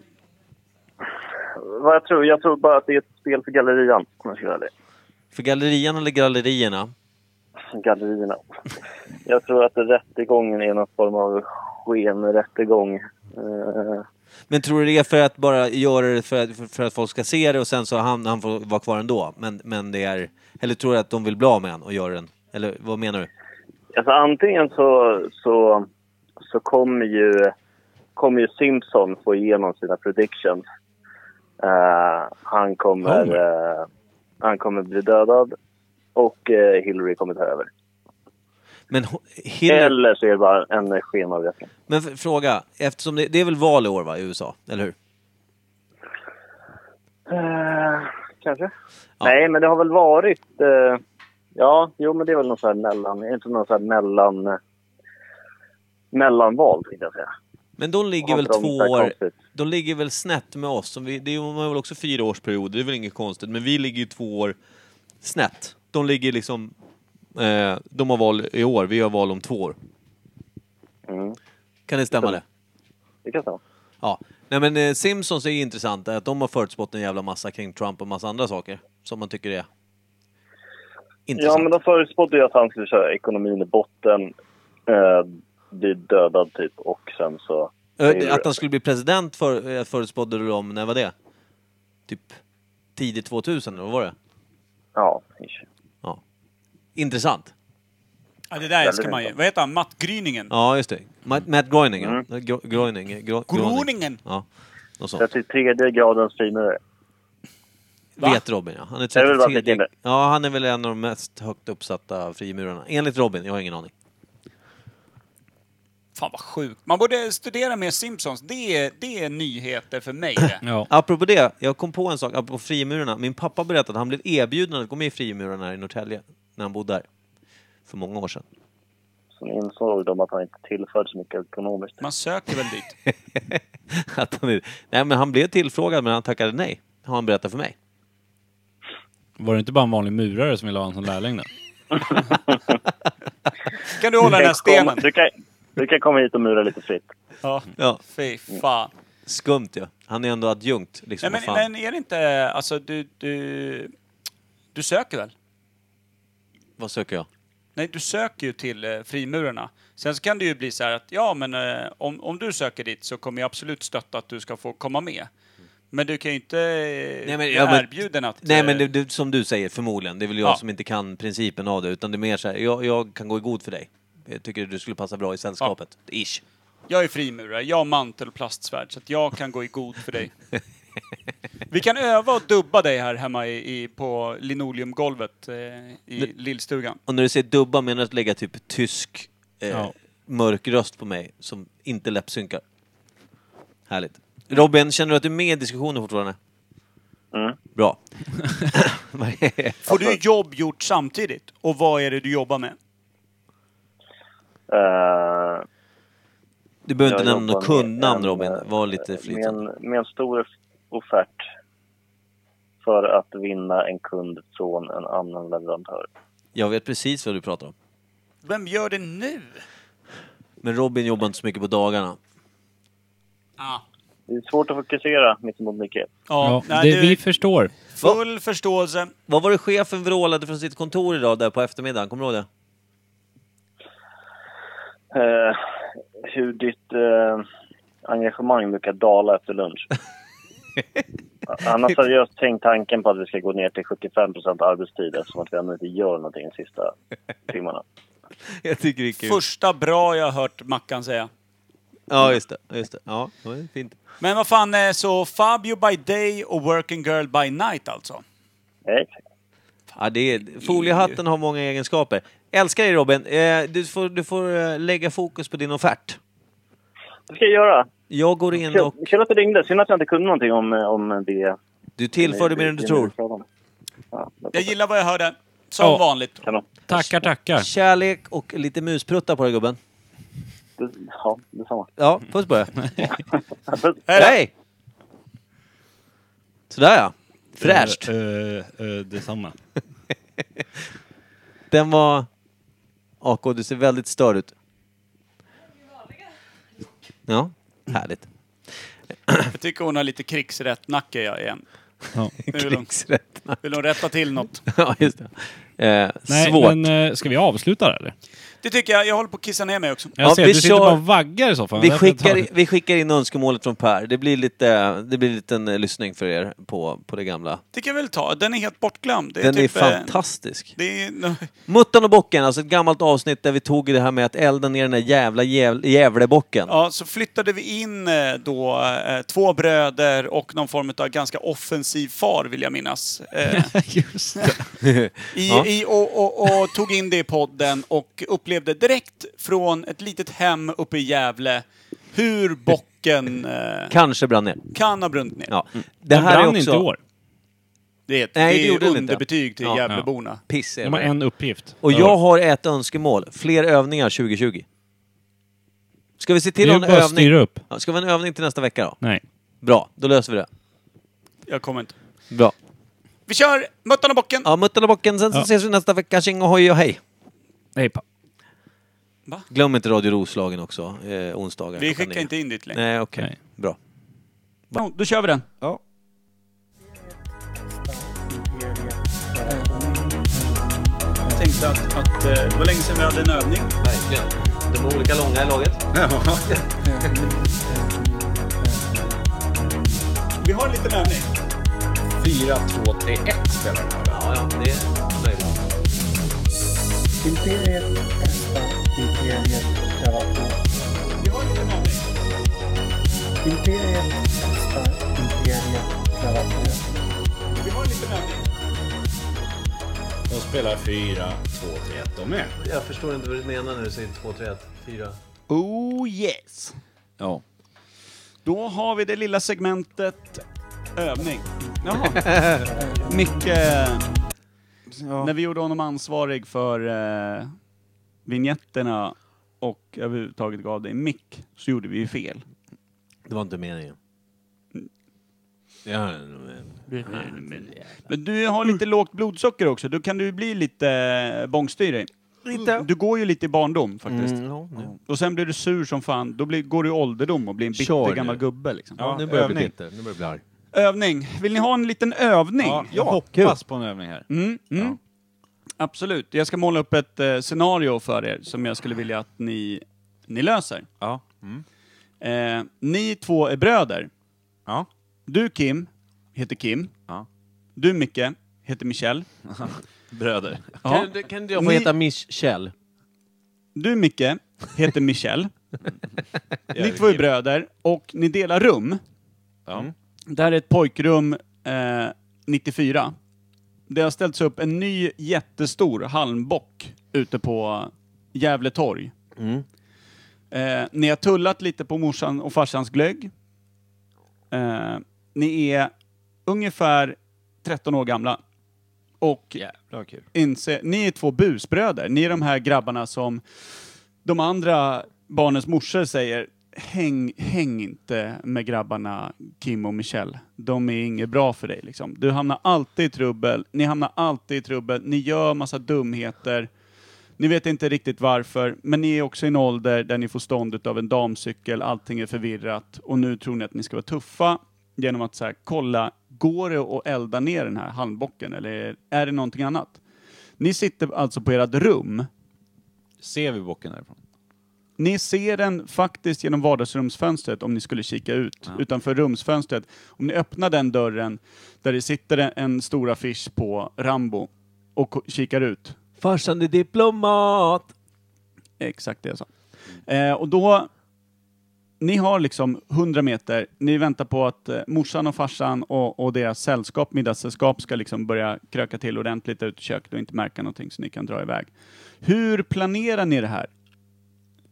S9: Vad jag, tror, jag tror bara att det är ett spel för gallerian. om jag ska vara ärlig.
S4: För gallerian eller gallerierna?
S9: Gallerierna. Jag tror att rättegången är någon form av skenrättegång. Eh,
S4: Men tror du det är för att bara göra det för att, för, för att folk ska se det och sen så han, han får vara kvar ändå? Men, men det är... Eller tror du att de vill bli av med han och göra den? Eller vad menar du?
S9: Alltså antingen så, så, så kommer ju, kommer ju Simpson få igenom sina predictions. Eh, han, kommer, eh, han kommer bli dödad och eh, Hillary kommer ta över.
S4: Men ho- Hillary...
S9: Eller så är det bara en skenavrättning.
S4: Men f- fråga, eftersom det, det är väl val i år va, i USA? Eller hur?
S9: Eh, kanske? Nej, men det har väl varit... Eh, ja, jo, men det är väl någon sån här mellan... Inte någon sån här mellan... eh, Mellanval, tänkte jag säga.
S4: Men de ligger
S9: Har
S4: väl
S9: inte de
S4: två
S9: där
S4: år...
S9: konstigt?
S4: De ligger väl snett med oss. Som vi, det är, de har väl också fyra årsperioder, det är väl inget konstigt. Men vi ligger ju två år snett. De ligger liksom... Eh, de har val i år, vi har val om två år.
S9: Mm,
S4: Kan det stämma det?
S9: det kan stämma.
S4: Ja. Nej men eh, Simpsons är ju intressant, att de har förutspått en jävla massa kring Trump och massa andra saker. Som man tycker är
S9: Ja,
S4: intressant.
S9: men de förutspådde ju att han skulle köra ekonomin i botten, eh, bli dödad typ och sen så...
S4: Ö, Eh, Att han skulle bli president för, eh, förutspådde du om, när var det? Typ tidigt 2000, eller vad var det?
S9: Ja, ish.
S4: Intressant.
S1: Ja, det där älskar man ju. Vad heter han? Matt Gryningen?
S4: Ja, just det.
S9: Mm.
S4: Matt, Matt Groening, ja. Gro, Groening, eh, Gro,
S1: Groningen.
S4: Ja, något sånt.
S9: 33 gradens finare.
S1: Va?
S4: Vet Robin, ja. Han är
S9: Det är väl bara
S4: 33.
S9: Peter.
S4: Ja, han är väl en av de mest högt uppsatta frimurarna. Enligt Robin, jag har ingen aning.
S1: Fan vad sjukt. Man borde studera mer Simpsons. Det är, det är nyheter för mig det.
S3: Ja.
S4: Apropå det, jag kom på en sak apropå frimurarna. Min pappa berättade att han blev erbjuden att gå med i frimurarna här i Norrtälje när han bodde där. För många år sedan.
S9: Sen insåg de att han inte tillförde så mycket ekonomiskt.
S1: Man söker väl dit.
S4: att han, är- nej, men han blev tillfrågad men han tackade nej. Har han berättat för mig.
S3: Var det inte bara en vanlig murare som ville ha en som lärling då?
S1: Kan du hålla den här
S9: Du kan komma-
S1: stenen?
S9: Du kan, du kan komma hit och mura lite fritt.
S1: Ja.
S4: Ja,
S1: Fy fan.
S4: skumt ja. Han är ändå adjunkt. Liksom,
S1: Nej, men,
S4: vad fan.
S1: men är det inte, alltså du, du, du söker väl?
S4: Vad söker jag?
S1: Nej, du söker ju till eh, frimurarna. Sen så kan det ju bli så här att, ja men eh, om, om du söker dit så kommer jag absolut stötta att du ska få komma med. Men du kan ju inte
S4: Nej, men-
S1: eh, bli
S4: ja, men-
S1: erbjuden att...
S4: Nej men
S1: eh,
S4: det, det, som du säger, förmodligen. Det är väl jag
S1: Ja.
S4: som inte kan principen av det. Utan det är mer så här, jag, jag kan gå i god för dig. Jag tycker du skulle passa bra i sällskapet. Ish.
S1: Jag är frimurare, jag har mantel och plastsvärd så att jag kan gå i god för dig. Vi kan öva och dubba dig här hemma i, i, på linoleumgolvet eh, i lillstugan.
S4: Och när du säger dubba menar du att lägga typ tysk eh,
S3: Ja.
S4: mörk röst på mig som inte läppsynkar. Härligt. Robin, känner du att du är med i diskussionen fortfarande?
S9: Mm.
S4: Bra. Vad är-
S1: Får du jobb gjort samtidigt? Och vad är det du jobbar med?
S9: Eh,
S4: du behöver
S9: jag
S4: inte nämna
S9: jobbar
S4: något
S9: med
S4: kundnamn
S9: en,
S4: Robin,
S9: eh,
S4: var lite
S9: med,
S4: flitig.
S9: en, med en stor offert för att vinna en kund från en annan leverantör.
S4: Jag vet precis vad du pratar om.
S1: Vem gör det nu?
S4: Men Robin jobbar inte så mycket på dagarna.
S1: Ah.
S9: Det är svårt att fokusera mittemot mycket.
S1: Ja,
S3: Ja,
S1: nej,
S3: det, vi
S1: du,
S3: förstår.
S1: full förståelse.
S4: Vad var det chefen vrålade från sitt kontor idag där på eftermiddagen? Kommer du ihåg det?
S9: Eh, hur ditt eh, engagemang brukar dala efter lunch. Han har seriöst tänkt tanken på att vi ska gå ner till 75 arbetstid eftersom att vi ännu inte gör någonting de sista timmarna.
S4: Jag tycker det är kul.
S1: Första bra jag har hört Mackan säga.
S4: Ja, just det. Just det. Ja, det var fint.
S1: Men vad fan, eh, så Fabio by day och working girl by night alltså?
S9: Nej,
S4: Ja, det är, foliehatten har många egenskaper. Älskar dig Robin. Eh, du får, du får eh, lägga fokus på din offert.
S9: det ska jag göra.
S4: Jag går in
S9: Kul,
S4: och...
S9: kul att du ringde. Synd att jag inte kunde någonting om, eh, om det.
S4: Du tillförde mer än du tror.
S9: Ja, det var
S1: Jag gillar vad jag hörde. Som
S3: Ja.
S1: vanligt.
S9: kanon.
S3: Tackar, tackar.
S4: Kärlek och lite muspruttar på dig gubben.
S9: Det- Ja, detsamma.
S4: Ja, puss på dig.
S1: Hej då.
S4: Hej! Sådär ja. Fräscht.
S3: Uh, detsamma.
S4: Den var... AK, du ser väldigt störd ut. Ja, härligt.
S1: Jag tycker hon har lite krigsrättnacke jag igen.
S3: Ja.
S1: Nu vill hon,
S4: Krigsrätt.
S1: vill hon rätta till något.
S4: Ja, just det. Eh,
S3: Nej,
S4: svårt.
S3: men eh, ska vi avsluta där eller?
S1: Det tycker jag. Jag håller på att kissa ner mig också.
S3: Jag
S4: Ja,
S3: ser,
S4: vi
S3: du
S4: kör-
S3: sitter bara och vaggar i soffan.
S4: Vi
S3: Därför tar-
S4: skickar, vi skickar in önskemålet från Per. Det blir lite, det blir en liten eh, lyssning för er på, på det gamla.
S1: Det kan jag väl ta. Den är helt bortglömd. Det
S4: Den är
S1: typ, eh,
S4: fantastisk.
S1: Det är,
S4: Muttan och bocken, alltså ett gammalt avsnitt där vi tog det här med att elda ner den där jävla jäv- Gävlebocken.
S1: ja, så flyttade vi in eh, då eh, två bröder och någon form av ganska offensiv far vill jag minnas. Eh,
S3: Just det.
S1: I
S4: Ja.
S1: i, och, och, och tog in det i podden och upplevde direkt från ett litet hem uppe i Gävle hur bocken eh,
S4: Kanske brann ner.
S1: kan ha brunnit ner.
S4: Ja. Det
S3: Den
S4: här är
S3: brann
S4: också...
S3: inte i år.
S1: Det är ett
S4: Nej, det
S1: det är
S4: gjorde den inte.
S1: underbetyg till
S4: Ja,
S1: Gävleborna.
S4: Piss är
S3: De har
S4: det.
S3: en uppgift.
S4: Och jag har ett önskemål. Fler övningar 2020. Ska vi se
S3: Det
S4: till
S3: är ju
S4: att ha
S3: bara
S4: en
S3: att styra
S4: övning?
S3: upp.
S4: Ja, ska vi ha en övning till nästa vecka då?
S3: Nej.
S4: Bra, då löser vi det.
S1: Jag kommer inte.
S4: Bra.
S1: Vi kör Muttan och bocken!
S4: Ja, muttan och bocken, sen så
S3: Ja.
S4: ses vi nästa vecka. Tjing och hoj och hej!
S3: Nej, pa.
S4: Glöm inte Radio Roslagen också, eh, onsdagar.
S1: Vi
S4: klockan
S1: skickar
S4: nio.
S1: inte in dit längre.
S4: Nej, okej.
S3: Nej.
S4: Bra.
S1: Ja, Då kör vi den. Jag tänkte att, att eh, det var länge sedan vi hade en övning.
S4: Verkligen. De är olika långa i laget.
S1: Vi har en liten övning.
S10: 4, 2, 3, 1 spelar den här.
S4: Ja, ja, det är möjligt.
S11: Imperiet testar, Imperiet prövar på.
S1: Vi har en liten övning.
S11: Imperiet testar, Imperiet prövar på.
S1: Vi har en liten övning.
S7: De spelar 4, 2, 3, 1 de med.
S4: Jag förstår inte vad du menar när du säger 2, 3, 1, 4.
S1: Oh yes!
S10: Ja.
S1: Då har vi det lilla segmentet övning. Jaha. Micke, när vi gjorde honom ansvarig för eh, vignetterna och överhuvudtaget gav dig en mick, så gjorde vi ju fel.
S4: Det var inte meningen. Ja, men-
S1: Men du har
S4: Mm.
S1: lite lågt blodsocker också, då kan du bli lite eh, bångstyrig. Du går ju lite i barndom faktiskt.
S4: Mm, ja, nu.
S1: Och sen blir du sur som fan, då blir, går du i ålderdom och blir en bitter
S4: Kör nu.
S1: gammal gubbe liksom.
S4: Ja, nu börjar jag bli bitter. Nu börjar jag bli arg.
S1: Övning. Vill ni ha en liten övning?
S10: Ja, jag
S4: kul.
S10: hoppas på en övning här.
S1: Mm, mm. Absolut. Jag ska måla upp ett eh, scenario för er som jag skulle vilja att ni, ni löser.
S10: Ja. Mm.
S1: Eh, ni två är bröder.
S10: Ja.
S1: Du Kim, heter Kim.
S10: Ja.
S1: Du Micke, heter Michel.
S10: Bröder.
S1: Ja.
S4: Kan, kan inte jag få
S1: få Ni-
S4: heta
S1: heta
S4: Michel?
S1: Du Micke, heter Michel. ni två är bröder och ni delar rum.
S10: Ja.
S1: Det här är ett pojkrum eh, 94. Det har ställts upp en ny jättestor halmbock ute på Gävle torg.
S4: Mm.
S1: Eh, ni har tullat lite på morsan och farsans glögg. Eh, ni är ungefär 13 år gamla. Och
S10: Jävlar kul.
S1: inse, ni är två busbröder. Ni är de här grabbarna som de andra barnens morsor säger häng, häng inte med grabbarna Kim och Michelle. De är inget bra för dig liksom. Du hamnar alltid i trubbel, ni hamnar alltid i trubbel, ni gör massa dumheter. Ni vet inte riktigt varför, men ni är också i en ålder där ni får stånd av en damcykel, allting är förvirrat och nu tror ni att ni ska vara tuffa genom att så här, kolla, går det att elda ner den här halmbocken eller är det någonting annat? Ni sitter alltså på ert rum.
S10: Ser vi bocken därifrån?
S1: Ni ser den faktiskt genom vardagsrumsfönstret om ni skulle kika ut utanför rumsfönstret. Om ni öppnar den dörren där det sitter en- en stor affisch på Rambo och ko- kikar ut.
S4: Farsan är diplomat!
S1: Exakt det jag sa. Eh, och då, ni har liksom 100 meter, ni väntar på att eh, morsan och farsan och, och deras sällskap, middagssällskap, ska liksom börja kröka till ordentligt där ute i köket och inte märka någonting så ni kan dra iväg. Hur planerar ni det här?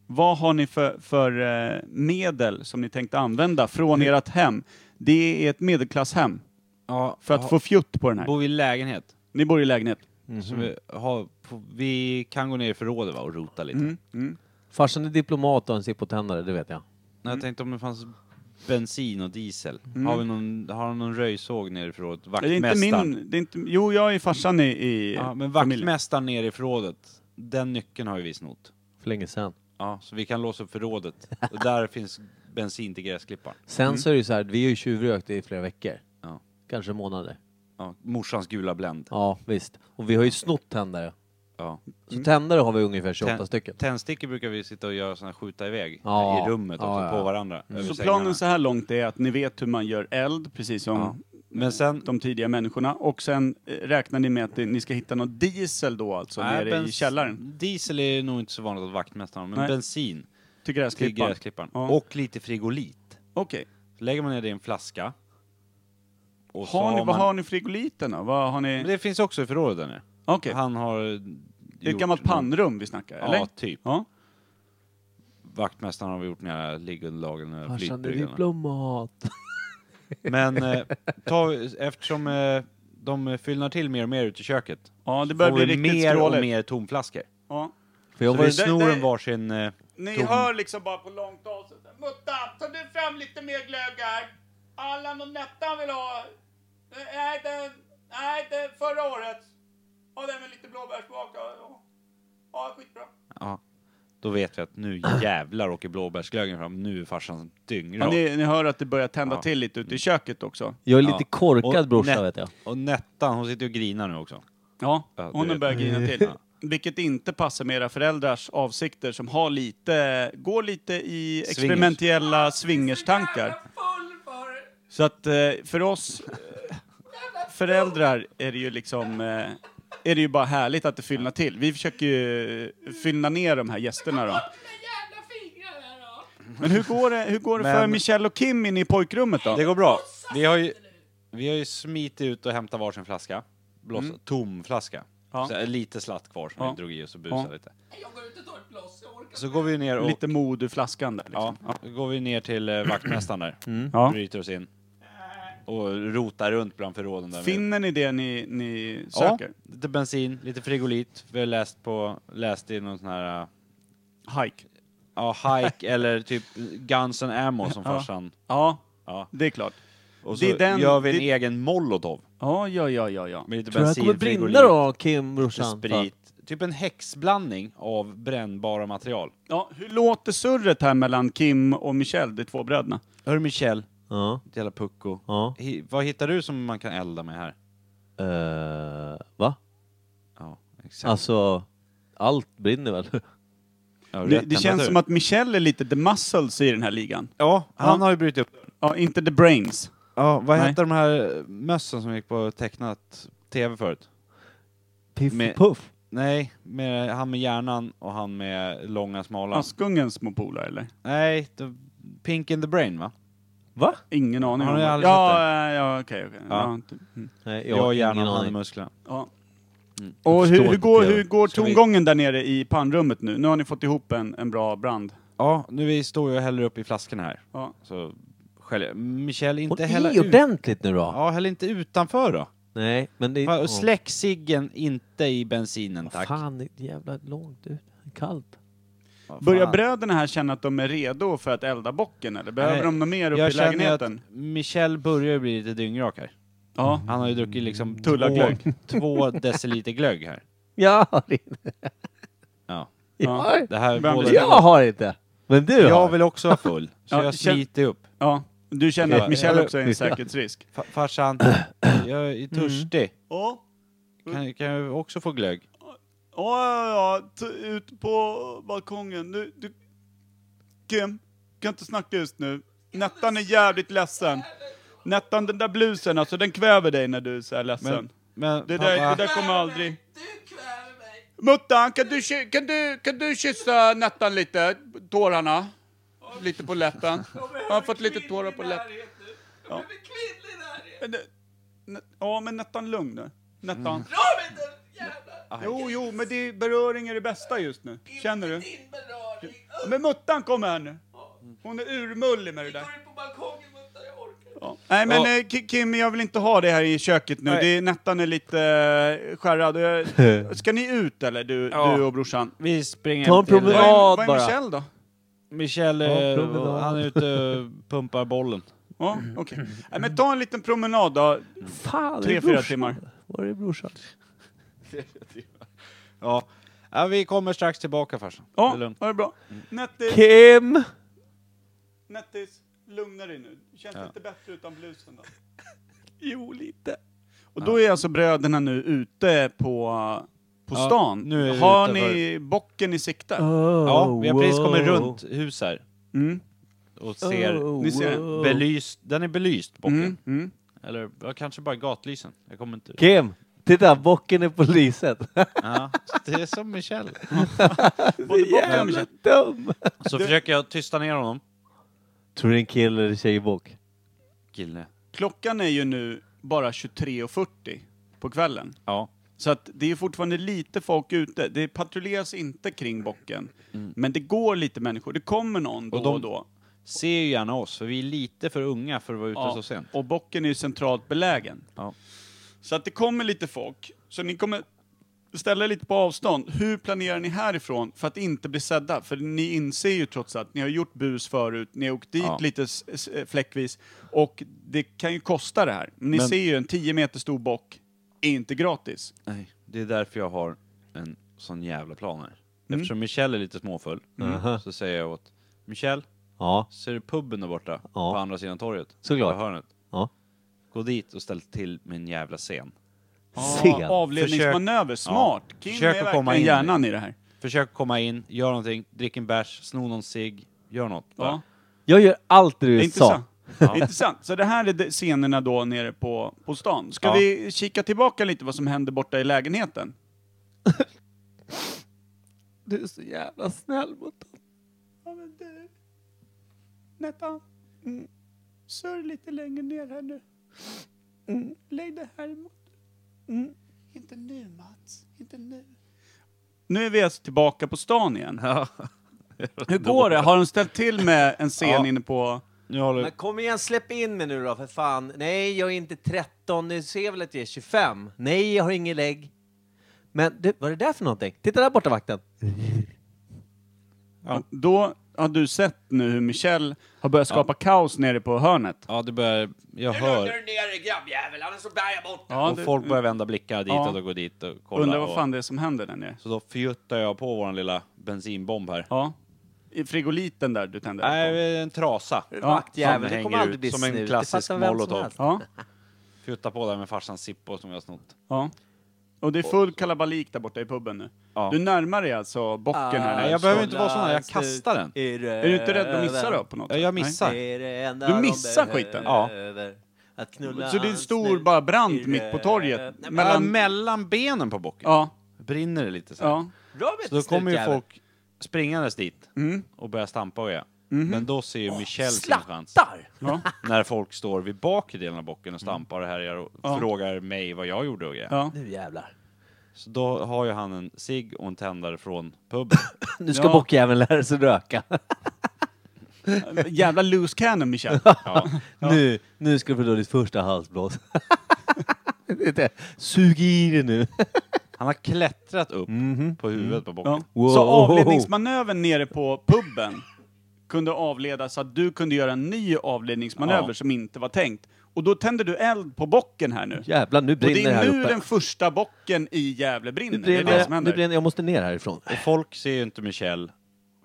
S1: Vad har ni för, för eh, medel som ni tänkte använda från ert hem? Det är ett medelklasshem
S10: Ja,
S1: för att få fjutt på den här.
S10: Bor vi i lägenhet?
S1: Ni bor i lägenhet.
S10: Så
S1: Mhm.
S10: vi, har, på, vi kan gå ner i förrådet va, och rota lite.
S1: Mm.
S4: Farsan är diplomat och en sippotändare, det vet jag.
S10: Nej, jag tänkte om det fanns bensin och diesel. Har, vi någon, har de någon röjsåg nere i förrådet?
S1: Det Mm. är inte
S10: Vaktmästaren?
S1: min... Det är inte, jo, jag är farsan i, i
S10: Ja, men
S1: familjen.
S10: vaktmästaren nere i förrådet, den nyckeln har ju vi snott.
S4: För länge sedan.
S10: Ja, så vi kan låsa upp förrådet. Och där finns bensin till gräsklipparen.
S4: Sen
S1: Mm.
S4: så är det ju så här, vi har ju tjuvrökt i flera veckor.
S10: Ja.
S4: Kanske månader.
S10: Ja, morsans gula Blend.
S4: Ja, visst. Och vi har ju snott tändare.
S10: Ja.
S4: Så tändare har vi ungefär 28
S10: Tän-
S4: stycken.
S10: Tändstickor brukar vi sitta och göra såna här skjuta iväg
S4: Ja.
S10: i rummet också,
S4: Ja, ja, ja.
S10: på varandra. över
S1: Mm. Så
S10: sängarna.
S1: planen så här långt är att ni vet hur man gör eld, precis som
S10: Ja. Men sen,
S1: de tidiga människorna. Och sen eh, räknar ni med att eh, ni ska hitta någon diesel då alltså,
S10: Nej,
S1: nere i
S10: bens-
S1: källaren.
S10: Diesel är nog inte så vanligt att vaktmästaren men
S1: Nej.
S10: bensin
S1: Till
S10: till
S1: gräsklipparen.
S10: gräsklipparen.
S1: Ja.
S10: Och lite frigolit.
S1: Okej.
S10: Så lägger man ner det i en flaska. Och så
S1: Har ni, vad
S10: man-
S1: har ni frigoliten då? Vad har
S10: Men
S1: ni?
S10: det finns också i förrådet där nere.
S1: Okej.
S3: Han har
S1: Det är ett
S3: gjort
S1: gammalt
S3: någon-
S1: pannrum vi snackar, eller?
S3: Ja, typ.
S1: Ja.
S3: Vaktmästaren har gjort några liggunderlagen eller
S4: Farsan är
S3: flytbryggarna.
S4: diplomat.
S3: Men eh, ta, eftersom eh, de fyllnar till mer och mer ute i köket.
S1: Ja, det börjar
S3: får
S1: bli
S3: vi
S1: riktigt
S3: mer och
S1: skråligt.
S3: mer tomflaskor.
S1: Ja.
S4: För jag
S3: Så
S4: var
S3: vi
S4: ju
S1: det-
S3: snor
S1: det-
S3: en varsin... Eh,
S1: Ni
S3: tom-
S1: hör liksom bara på långt avstånd. Mutta, ta du fram lite mer glögg här. Allan och Nettan vill ha. Nej, den, nej, den förra årets. Och den med lite blåbärssmak. Ja, ja, skitbra.
S3: Ja. Då vet vi att nu jävlar åker blåbärsglöggen fram. Nu är farsan dyngrak.
S1: ni, ni hör att det börjar tända
S3: Ja.
S1: till lite ute i köket också.
S4: Jag är lite
S3: Ja.
S4: korkad
S3: Och
S4: brorsa
S3: Nett-
S4: vet jag.
S3: Och Nettan, hon sitter och grinar nu också.
S1: Ja,
S3: Ja, det
S1: hon
S3: vet
S1: börjar
S3: jag.
S1: grina till. Vilket inte passar med era föräldrars avsikter som har lite, går lite i experimentella swingerstankar. Så att eh, för oss eh, föräldrar är det ju liksom, eh, är det ju bara härligt att det fyllnar till. Vi försöker ju fyllna ner de här gästerna då. Men hur går det, hur går det för
S3: Men-
S1: Michelle och Kim inne i pojkrummet då?
S3: Det går bra. Vi har ju, vi har ju smitit ut och hämtat varsin flaska. Blås, Tom flaska.
S1: Mm. Ja.
S3: Så här, lite slatt kvar som
S1: Ja.
S3: vi drog i oss och busade
S1: Ja.
S3: lite. Så går vi ner och...
S1: Lite mod ur flaskan där liksom.
S3: Ja, då går vi ner till eh, vaktmästaren där.
S1: Mm. Ja.
S3: Bryter oss in. Och rotar runt bland förråden där.
S1: Finner ni det ni, ni
S3: ja,
S1: söker?
S3: lite bensin, lite frigolit. Vi har läst på, läst i någon sån här, eh,
S1: Hike?
S3: ja, hike eller typ Guns and Ammo som
S1: Ja.
S3: farsan.
S1: Ja,
S3: Ja.
S1: det är klart.
S3: Och så
S1: Det är den-
S3: gör vi en
S1: det-
S3: egen molotov.
S1: Ja, ja, ja, ja, ja.
S3: Med lite
S4: Tror du han
S3: bensin,
S4: kommer brinna
S3: frigolit.
S4: då, Kim, brorsan?
S3: sprit. Typ en häxblandning av brännbara material.
S1: ja hur låter surret här mellan Kim och Michelle, de två bröderna?
S3: Hörru Michel,
S4: Ja.
S3: ditt jävla pucko.
S4: Ja.
S3: Hi, vad hittar du som man kan elda med här?
S4: Eh, va?
S3: Ja, exakt.
S4: Alltså, allt brinner väl?
S3: Ja,
S1: Det,
S3: rätt
S1: det känns
S3: temperatur.
S1: som att Michelle är lite the muscles i den här ligan.
S3: Ja, han
S1: Ja.
S3: har ju brutit upp.
S1: Ja, inte the brains.
S3: Ja, vad
S1: Nej.
S3: hette de här mössen som gick på tecknat tv förut?
S4: Piff
S3: Med-
S4: och Puff?
S3: Nej, med, han med hjärnan och han med långa smala.
S1: Askungens små polare eller?
S3: Nej, the, Pink in the brain va?
S4: Va?
S1: Ingen aning.
S3: Har
S1: om
S3: ni
S1: det.
S3: aldrig
S1: ja,
S3: sett
S1: eh, ja, okej, okej.
S3: Ja.
S1: Ja. inte- mm.
S4: Nej, jag
S3: Jag,
S4: har
S3: och
S4: ingen
S3: hjärnan och han med
S4: aning.
S3: musklerna.
S1: ja.
S3: Mm.
S1: Och hur,
S4: förstår
S1: hur,
S4: inte
S1: går,
S4: det.
S1: hur går
S3: Ska vi-
S1: tongången där nere i pannrummet nu? Nu har ni fått ihop en, en bra brand.
S3: Ja, nu vi står ju och häller upp i flaskorna här.
S1: Ja.
S3: Så sköljer Michel,
S4: Och
S3: inte hälla
S4: i
S3: ut.
S4: ordentligt nu då!
S3: Ja, häll inte utanför då.
S4: Nej, men det...
S3: Va, och
S4: ja.
S3: Släck ciggen inte i bensinen tack.
S4: Fan, det är jävla långt ut. Kallt.
S3: Vad fan.
S1: Börjar bröderna här känna att de är redo för att elda bocken eller behöver
S3: Nej,
S1: de något mer uppe i
S3: Jag känner ju att
S1: lägenheten?
S3: Michel börjar ju bli lite dyngrak här.
S1: Ja.
S3: Han har ju druckit liksom
S1: Tulla
S3: två,
S1: glögg.
S3: två deciliter glögg här.
S4: Jag har inte.
S3: Ja.
S1: Ja.
S4: Ja.
S3: Det här
S1: Vem
S3: båda...
S1: blir-
S4: Jag har inte! Men du
S3: Jag
S4: har.
S3: vill också vara full, så
S1: Ja,
S3: jag
S1: känn-
S3: smiter upp.
S1: ja. Du känner
S3: Okej.
S1: att Michelle
S3: Ja.
S1: också är en säkerhetsrisk?
S3: Fa- farsan, jag
S4: Mm.
S3: är törstig.
S1: Ja.
S3: Kan, kan jag också få glögg?
S1: Ja, ja, ja. T- ut på balkongen. Du, du... Kim, kan inte snacka just nu. Nettan är jävligt ledsen. Nettan, den där blusen, alltså den kväver dig när du är så här ledsen.
S3: Men, men
S1: det,
S3: pappa,
S1: där, det där kommer aldrig... Muttan, kan du, ky- kan, du, kan du kyssa Nettan lite? Tårarna? Lite på läppen. Jag har fått lite tårar på läppen. Ja. Men det- ne- Ja, men Nettan lugn nu. Nettan. Jo, jo, men det är, beröring är det bästa just nu. Känner du? Men Muttan kommer här nu. Hon är urmullig med det där. Ja. Nej men
S3: Ja.
S1: eh, Ki- Kim, jag vill inte ha det här i köket nu.
S3: Nej.
S1: Det är, Nettan är lite eh, skärrad. Och jag- Ska ni ut eller, du,
S3: Ja.
S1: du och brorsan?
S3: Vi springer
S4: Ta
S3: hem
S4: en
S3: till-
S1: Vad
S4: promenad.
S1: är, vad är
S4: bara.
S1: Michelle då?
S3: Michel,
S4: Ja,
S3: eh,
S4: promenad.
S3: han är ute och pumpar bollen.
S1: Ja, okej. Nej, men ta en liten promenad då.
S4: Fan,
S1: Tre,
S4: är det
S1: fyra
S4: brorsan?
S1: timmar.
S4: Var är brorsan?
S3: Ja. ja, vi kommer strax tillbaka farsan. Det
S1: Ja,
S3: är lugnt.
S1: ha det bra. Nettis,
S4: Kim!
S1: Nettis, lugna dig nu. Känns lite bättre utan blusen då?
S4: Jo, lite.
S1: Och då är alltså bröderna nu ute på, på
S3: Ja,
S1: stan.
S3: nu är vi
S1: Har
S3: ute
S1: ni bocken i sikte?
S3: Ja, vi har precis
S4: Oh,
S3: kommit runt hus här
S1: Mm.
S3: och ser...
S1: Ni ser
S4: oh.
S3: Belyst, den är belyst, bocken.
S1: Mm. Mm.
S3: Eller ja, kanske bara gatlysen. Jag kommer inte...
S4: Kim! Titta, bocken är på lyset.
S3: Ja, det är som Michel.
S1: Både bocken och
S4: Jävla dum!
S3: Så försöker jag tysta ner honom.
S4: Tror du det är en kille eller tjejbock?
S3: Kille.
S1: Klockan är ju nu bara 23.40 på kvällen.
S3: Ja.
S1: Så att det är fortfarande lite folk ute. Det patrulleras inte kring bocken. Men det går lite människor. Det kommer någon då och,
S3: Och de-
S1: då.
S3: Ser ju gärna oss, för vi är lite för unga för att vara ute
S1: Ja,
S3: så sent.
S1: Och bocken är ju centralt belägen.
S3: Ja.
S1: Så att det kommer lite folk. Så ni kommer ställa er lite på avstånd. Hur planerar ni härifrån för att inte bli sedda? För ni inser ju trots allt, ni har gjort bus förut, ni har åkt dit
S3: Ja.
S1: lite s- s- eh, fläckvis och det kan ju kosta det här. Men ni
S3: Men-
S1: ser ju en 10 meter stor bock är inte gratis.
S3: Nej, det är därför jag har en sån jävla plan här. Eftersom Michelle är lite småfull, så säger jag åt Michelle,
S2: Ja,
S3: ser du puben där borta?
S2: Ja.
S3: På andra sidan torget?
S2: Såklart.
S3: På hörnet?
S2: Ja.
S3: Gå dit och ställ till med en jävla scen.
S2: Scen.
S1: avledningsmanöver, smart!
S3: Ja.
S1: Kim
S3: Försök
S1: är
S3: att
S1: verkligen
S3: komma in.
S1: hjärnan i det här.
S3: Försök komma in, gör någonting, drick en bärs, sno någon cigg, gör något.
S1: Ja.
S2: jag gör allt det
S1: Det är
S2: du sa.
S1: intressant. Intressant. Så det här är de- scenerna då nere på, på stan. Ska
S3: Ja.
S1: vi kika tillbaka lite vad som händer borta i lägenheten?
S2: Du är så jävla snäll mot dem.
S1: Nettan, mm. sörj lite längre ner här nu. Mm. Lägg det här emot. Mm. Inte nu Mats, inte nu. Nu är vi alltså tillbaka på stan igen. Hur går det? Har de ställt till med en scen
S3: Ja.
S1: inne på...
S3: Nu håller
S2: Men kom igen, släpp in mig nu då för fan. Nej, jag är inte 13. Du ser väl att jag är 25? Nej, jag har ingen lägg. Men du, vad är det där för någonting? Titta där borta vakten.
S1: Då har du sett nu hur Michelle har börjat skapa kaos nere på hörnet.
S3: Ja, det börjar... Jag hör.
S2: ner dig grabbjävel, annars så bär jag bort
S1: Ja,
S3: och
S1: du-
S3: folk börjar vända blickar ditåt
S1: Ja.
S3: och gå dit och kolla.
S1: Undrar vad
S3: och-
S1: fan det är som händer där nere.
S3: Så då fjuttar jag på våran lilla bensinbomb här.
S1: Ja. I frigoliten där du tände eld på.
S3: Nej, en trasa.
S2: Vaktjävel,
S3: som
S2: det kommer
S3: hänger
S2: aldrig
S3: ut
S2: bli
S3: som en
S2: snut. Det
S3: klassisk
S2: fattar vem som
S3: molotov.
S2: helst.
S1: Ja,
S3: Fjutta på där med farsans Zippo som jag har snott.
S1: ja. Och det är full kalabalik där borta i puben nu.
S3: Ja.
S1: Du närmar dig alltså bocken
S3: nej,
S1: här nere.
S3: jag behöver inte vara sån här, jag kastar den.
S1: Är du inte rädd att missa då på något
S3: Ja,
S1: sätt?
S3: jag missar.
S2: Det är det enda
S1: Du
S2: de
S1: missar
S2: behöver.
S1: skiten.
S3: Ja.
S2: Att knulla
S1: Nej. Så det är en
S2: hans
S1: stor
S2: snut
S1: bara
S2: i
S1: brand mitt på torget.
S2: röven. Nej,
S3: Mellan,
S1: Mellan...
S3: mellan benen på bocken
S1: Ja,
S3: brinner det lite så här.
S1: ja.
S2: Robert,
S3: Så då kommer ju
S2: snutjävel.
S3: folk springandes dit
S1: Mm. Mm-hmm.
S3: och börjar stampa och ja. Men då ser ju Michel sin chans.
S2: Slattar!
S1: Ja,
S3: När folk står vid bakre delen av bocken och stampar och härjar och
S1: Ja.
S3: frågar mig vad jag gjorde och grejer.
S1: ja.
S2: Nu jävlar.
S3: Så då har ju han en cigg och en tändare från puben.
S2: Nu ska
S1: Ja.
S2: bockjäveln lära sig röka.
S1: Jävla loose cannon Michel.
S2: Nu, nu ska du få då ditt första halsblås. Det är det. Sug i dig nu.
S3: Han har klättrat upp på huvudet på bocken.
S1: Mm-hmm. Ja.
S2: Wow.
S1: Så avledningsmanövern nere på puben kunde avledas så att du kunde göra en ny avledningsmanöver
S3: Ja.
S1: som inte var tänkt. Och då tänder du eld på bocken här nu.
S2: Jävlar, nu
S1: Och det
S2: brinner det här
S1: är nu
S2: uppe.
S1: den första bocken i Gävle brinner.
S2: Nu
S1: Det är det som
S2: brinner, nu
S1: händer.
S2: brinner, jag måste ner härifrån.
S3: Och folk ser ju inte Michel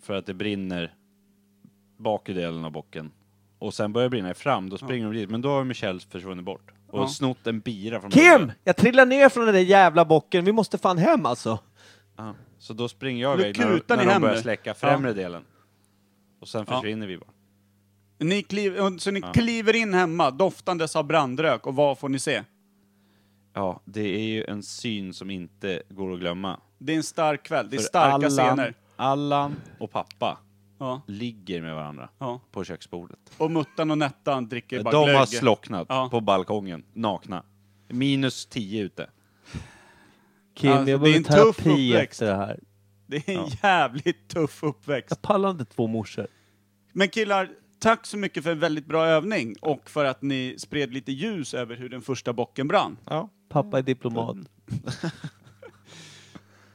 S3: för att det brinner bak i delen av bocken. Och sen börjar det brinna i fram, då springer de dit. Men då har Michel försvunnit bort. Och
S1: Ja.
S3: snott en bira från
S2: Kim!
S3: bocken.
S2: Jag trillar ner från den där jävla bocken. Vi måste fan hem alltså.
S3: Ja. Så då springer jag
S1: Nu
S3: iväg när,
S1: kutar ni
S3: när de
S1: hem
S3: börjar
S1: nu.
S3: släcka främre delen. Och sen försvinner vi bara.
S1: Ni kliv, och- så ni kliver in hemma, doftandes av brandrök, och vad får ni se?
S3: Ja, det är ju en syn som inte går att glömma.
S1: Det är en stark kväll, det är
S3: För
S1: starka
S3: Allan,
S1: scener.
S3: Allan och pappa
S1: Ja,
S3: ligger med varandra
S1: ja.
S3: på köksbordet.
S1: Och Muttan och Nettan dricker bara
S3: De
S1: glögg.
S3: har slocknat
S1: Ja.
S3: på balkongen, nakna. Minus 10 ute.
S2: Kim,
S1: Alltså,
S2: jag
S1: det är
S2: behöver
S1: en tuff
S2: terapi
S1: uppväxt.
S2: efter det här.
S1: Det är en jävligt tuff uppväxt.
S2: Jag pallar inte två morsor.
S1: Men killar, tack så mycket för en väldigt bra övning och för att ni spred lite ljus över hur den första bocken brann.
S2: Pappa är diplomat.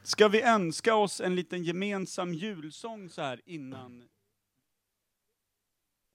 S1: Ska vi önska oss en liten gemensam julsång så här innan...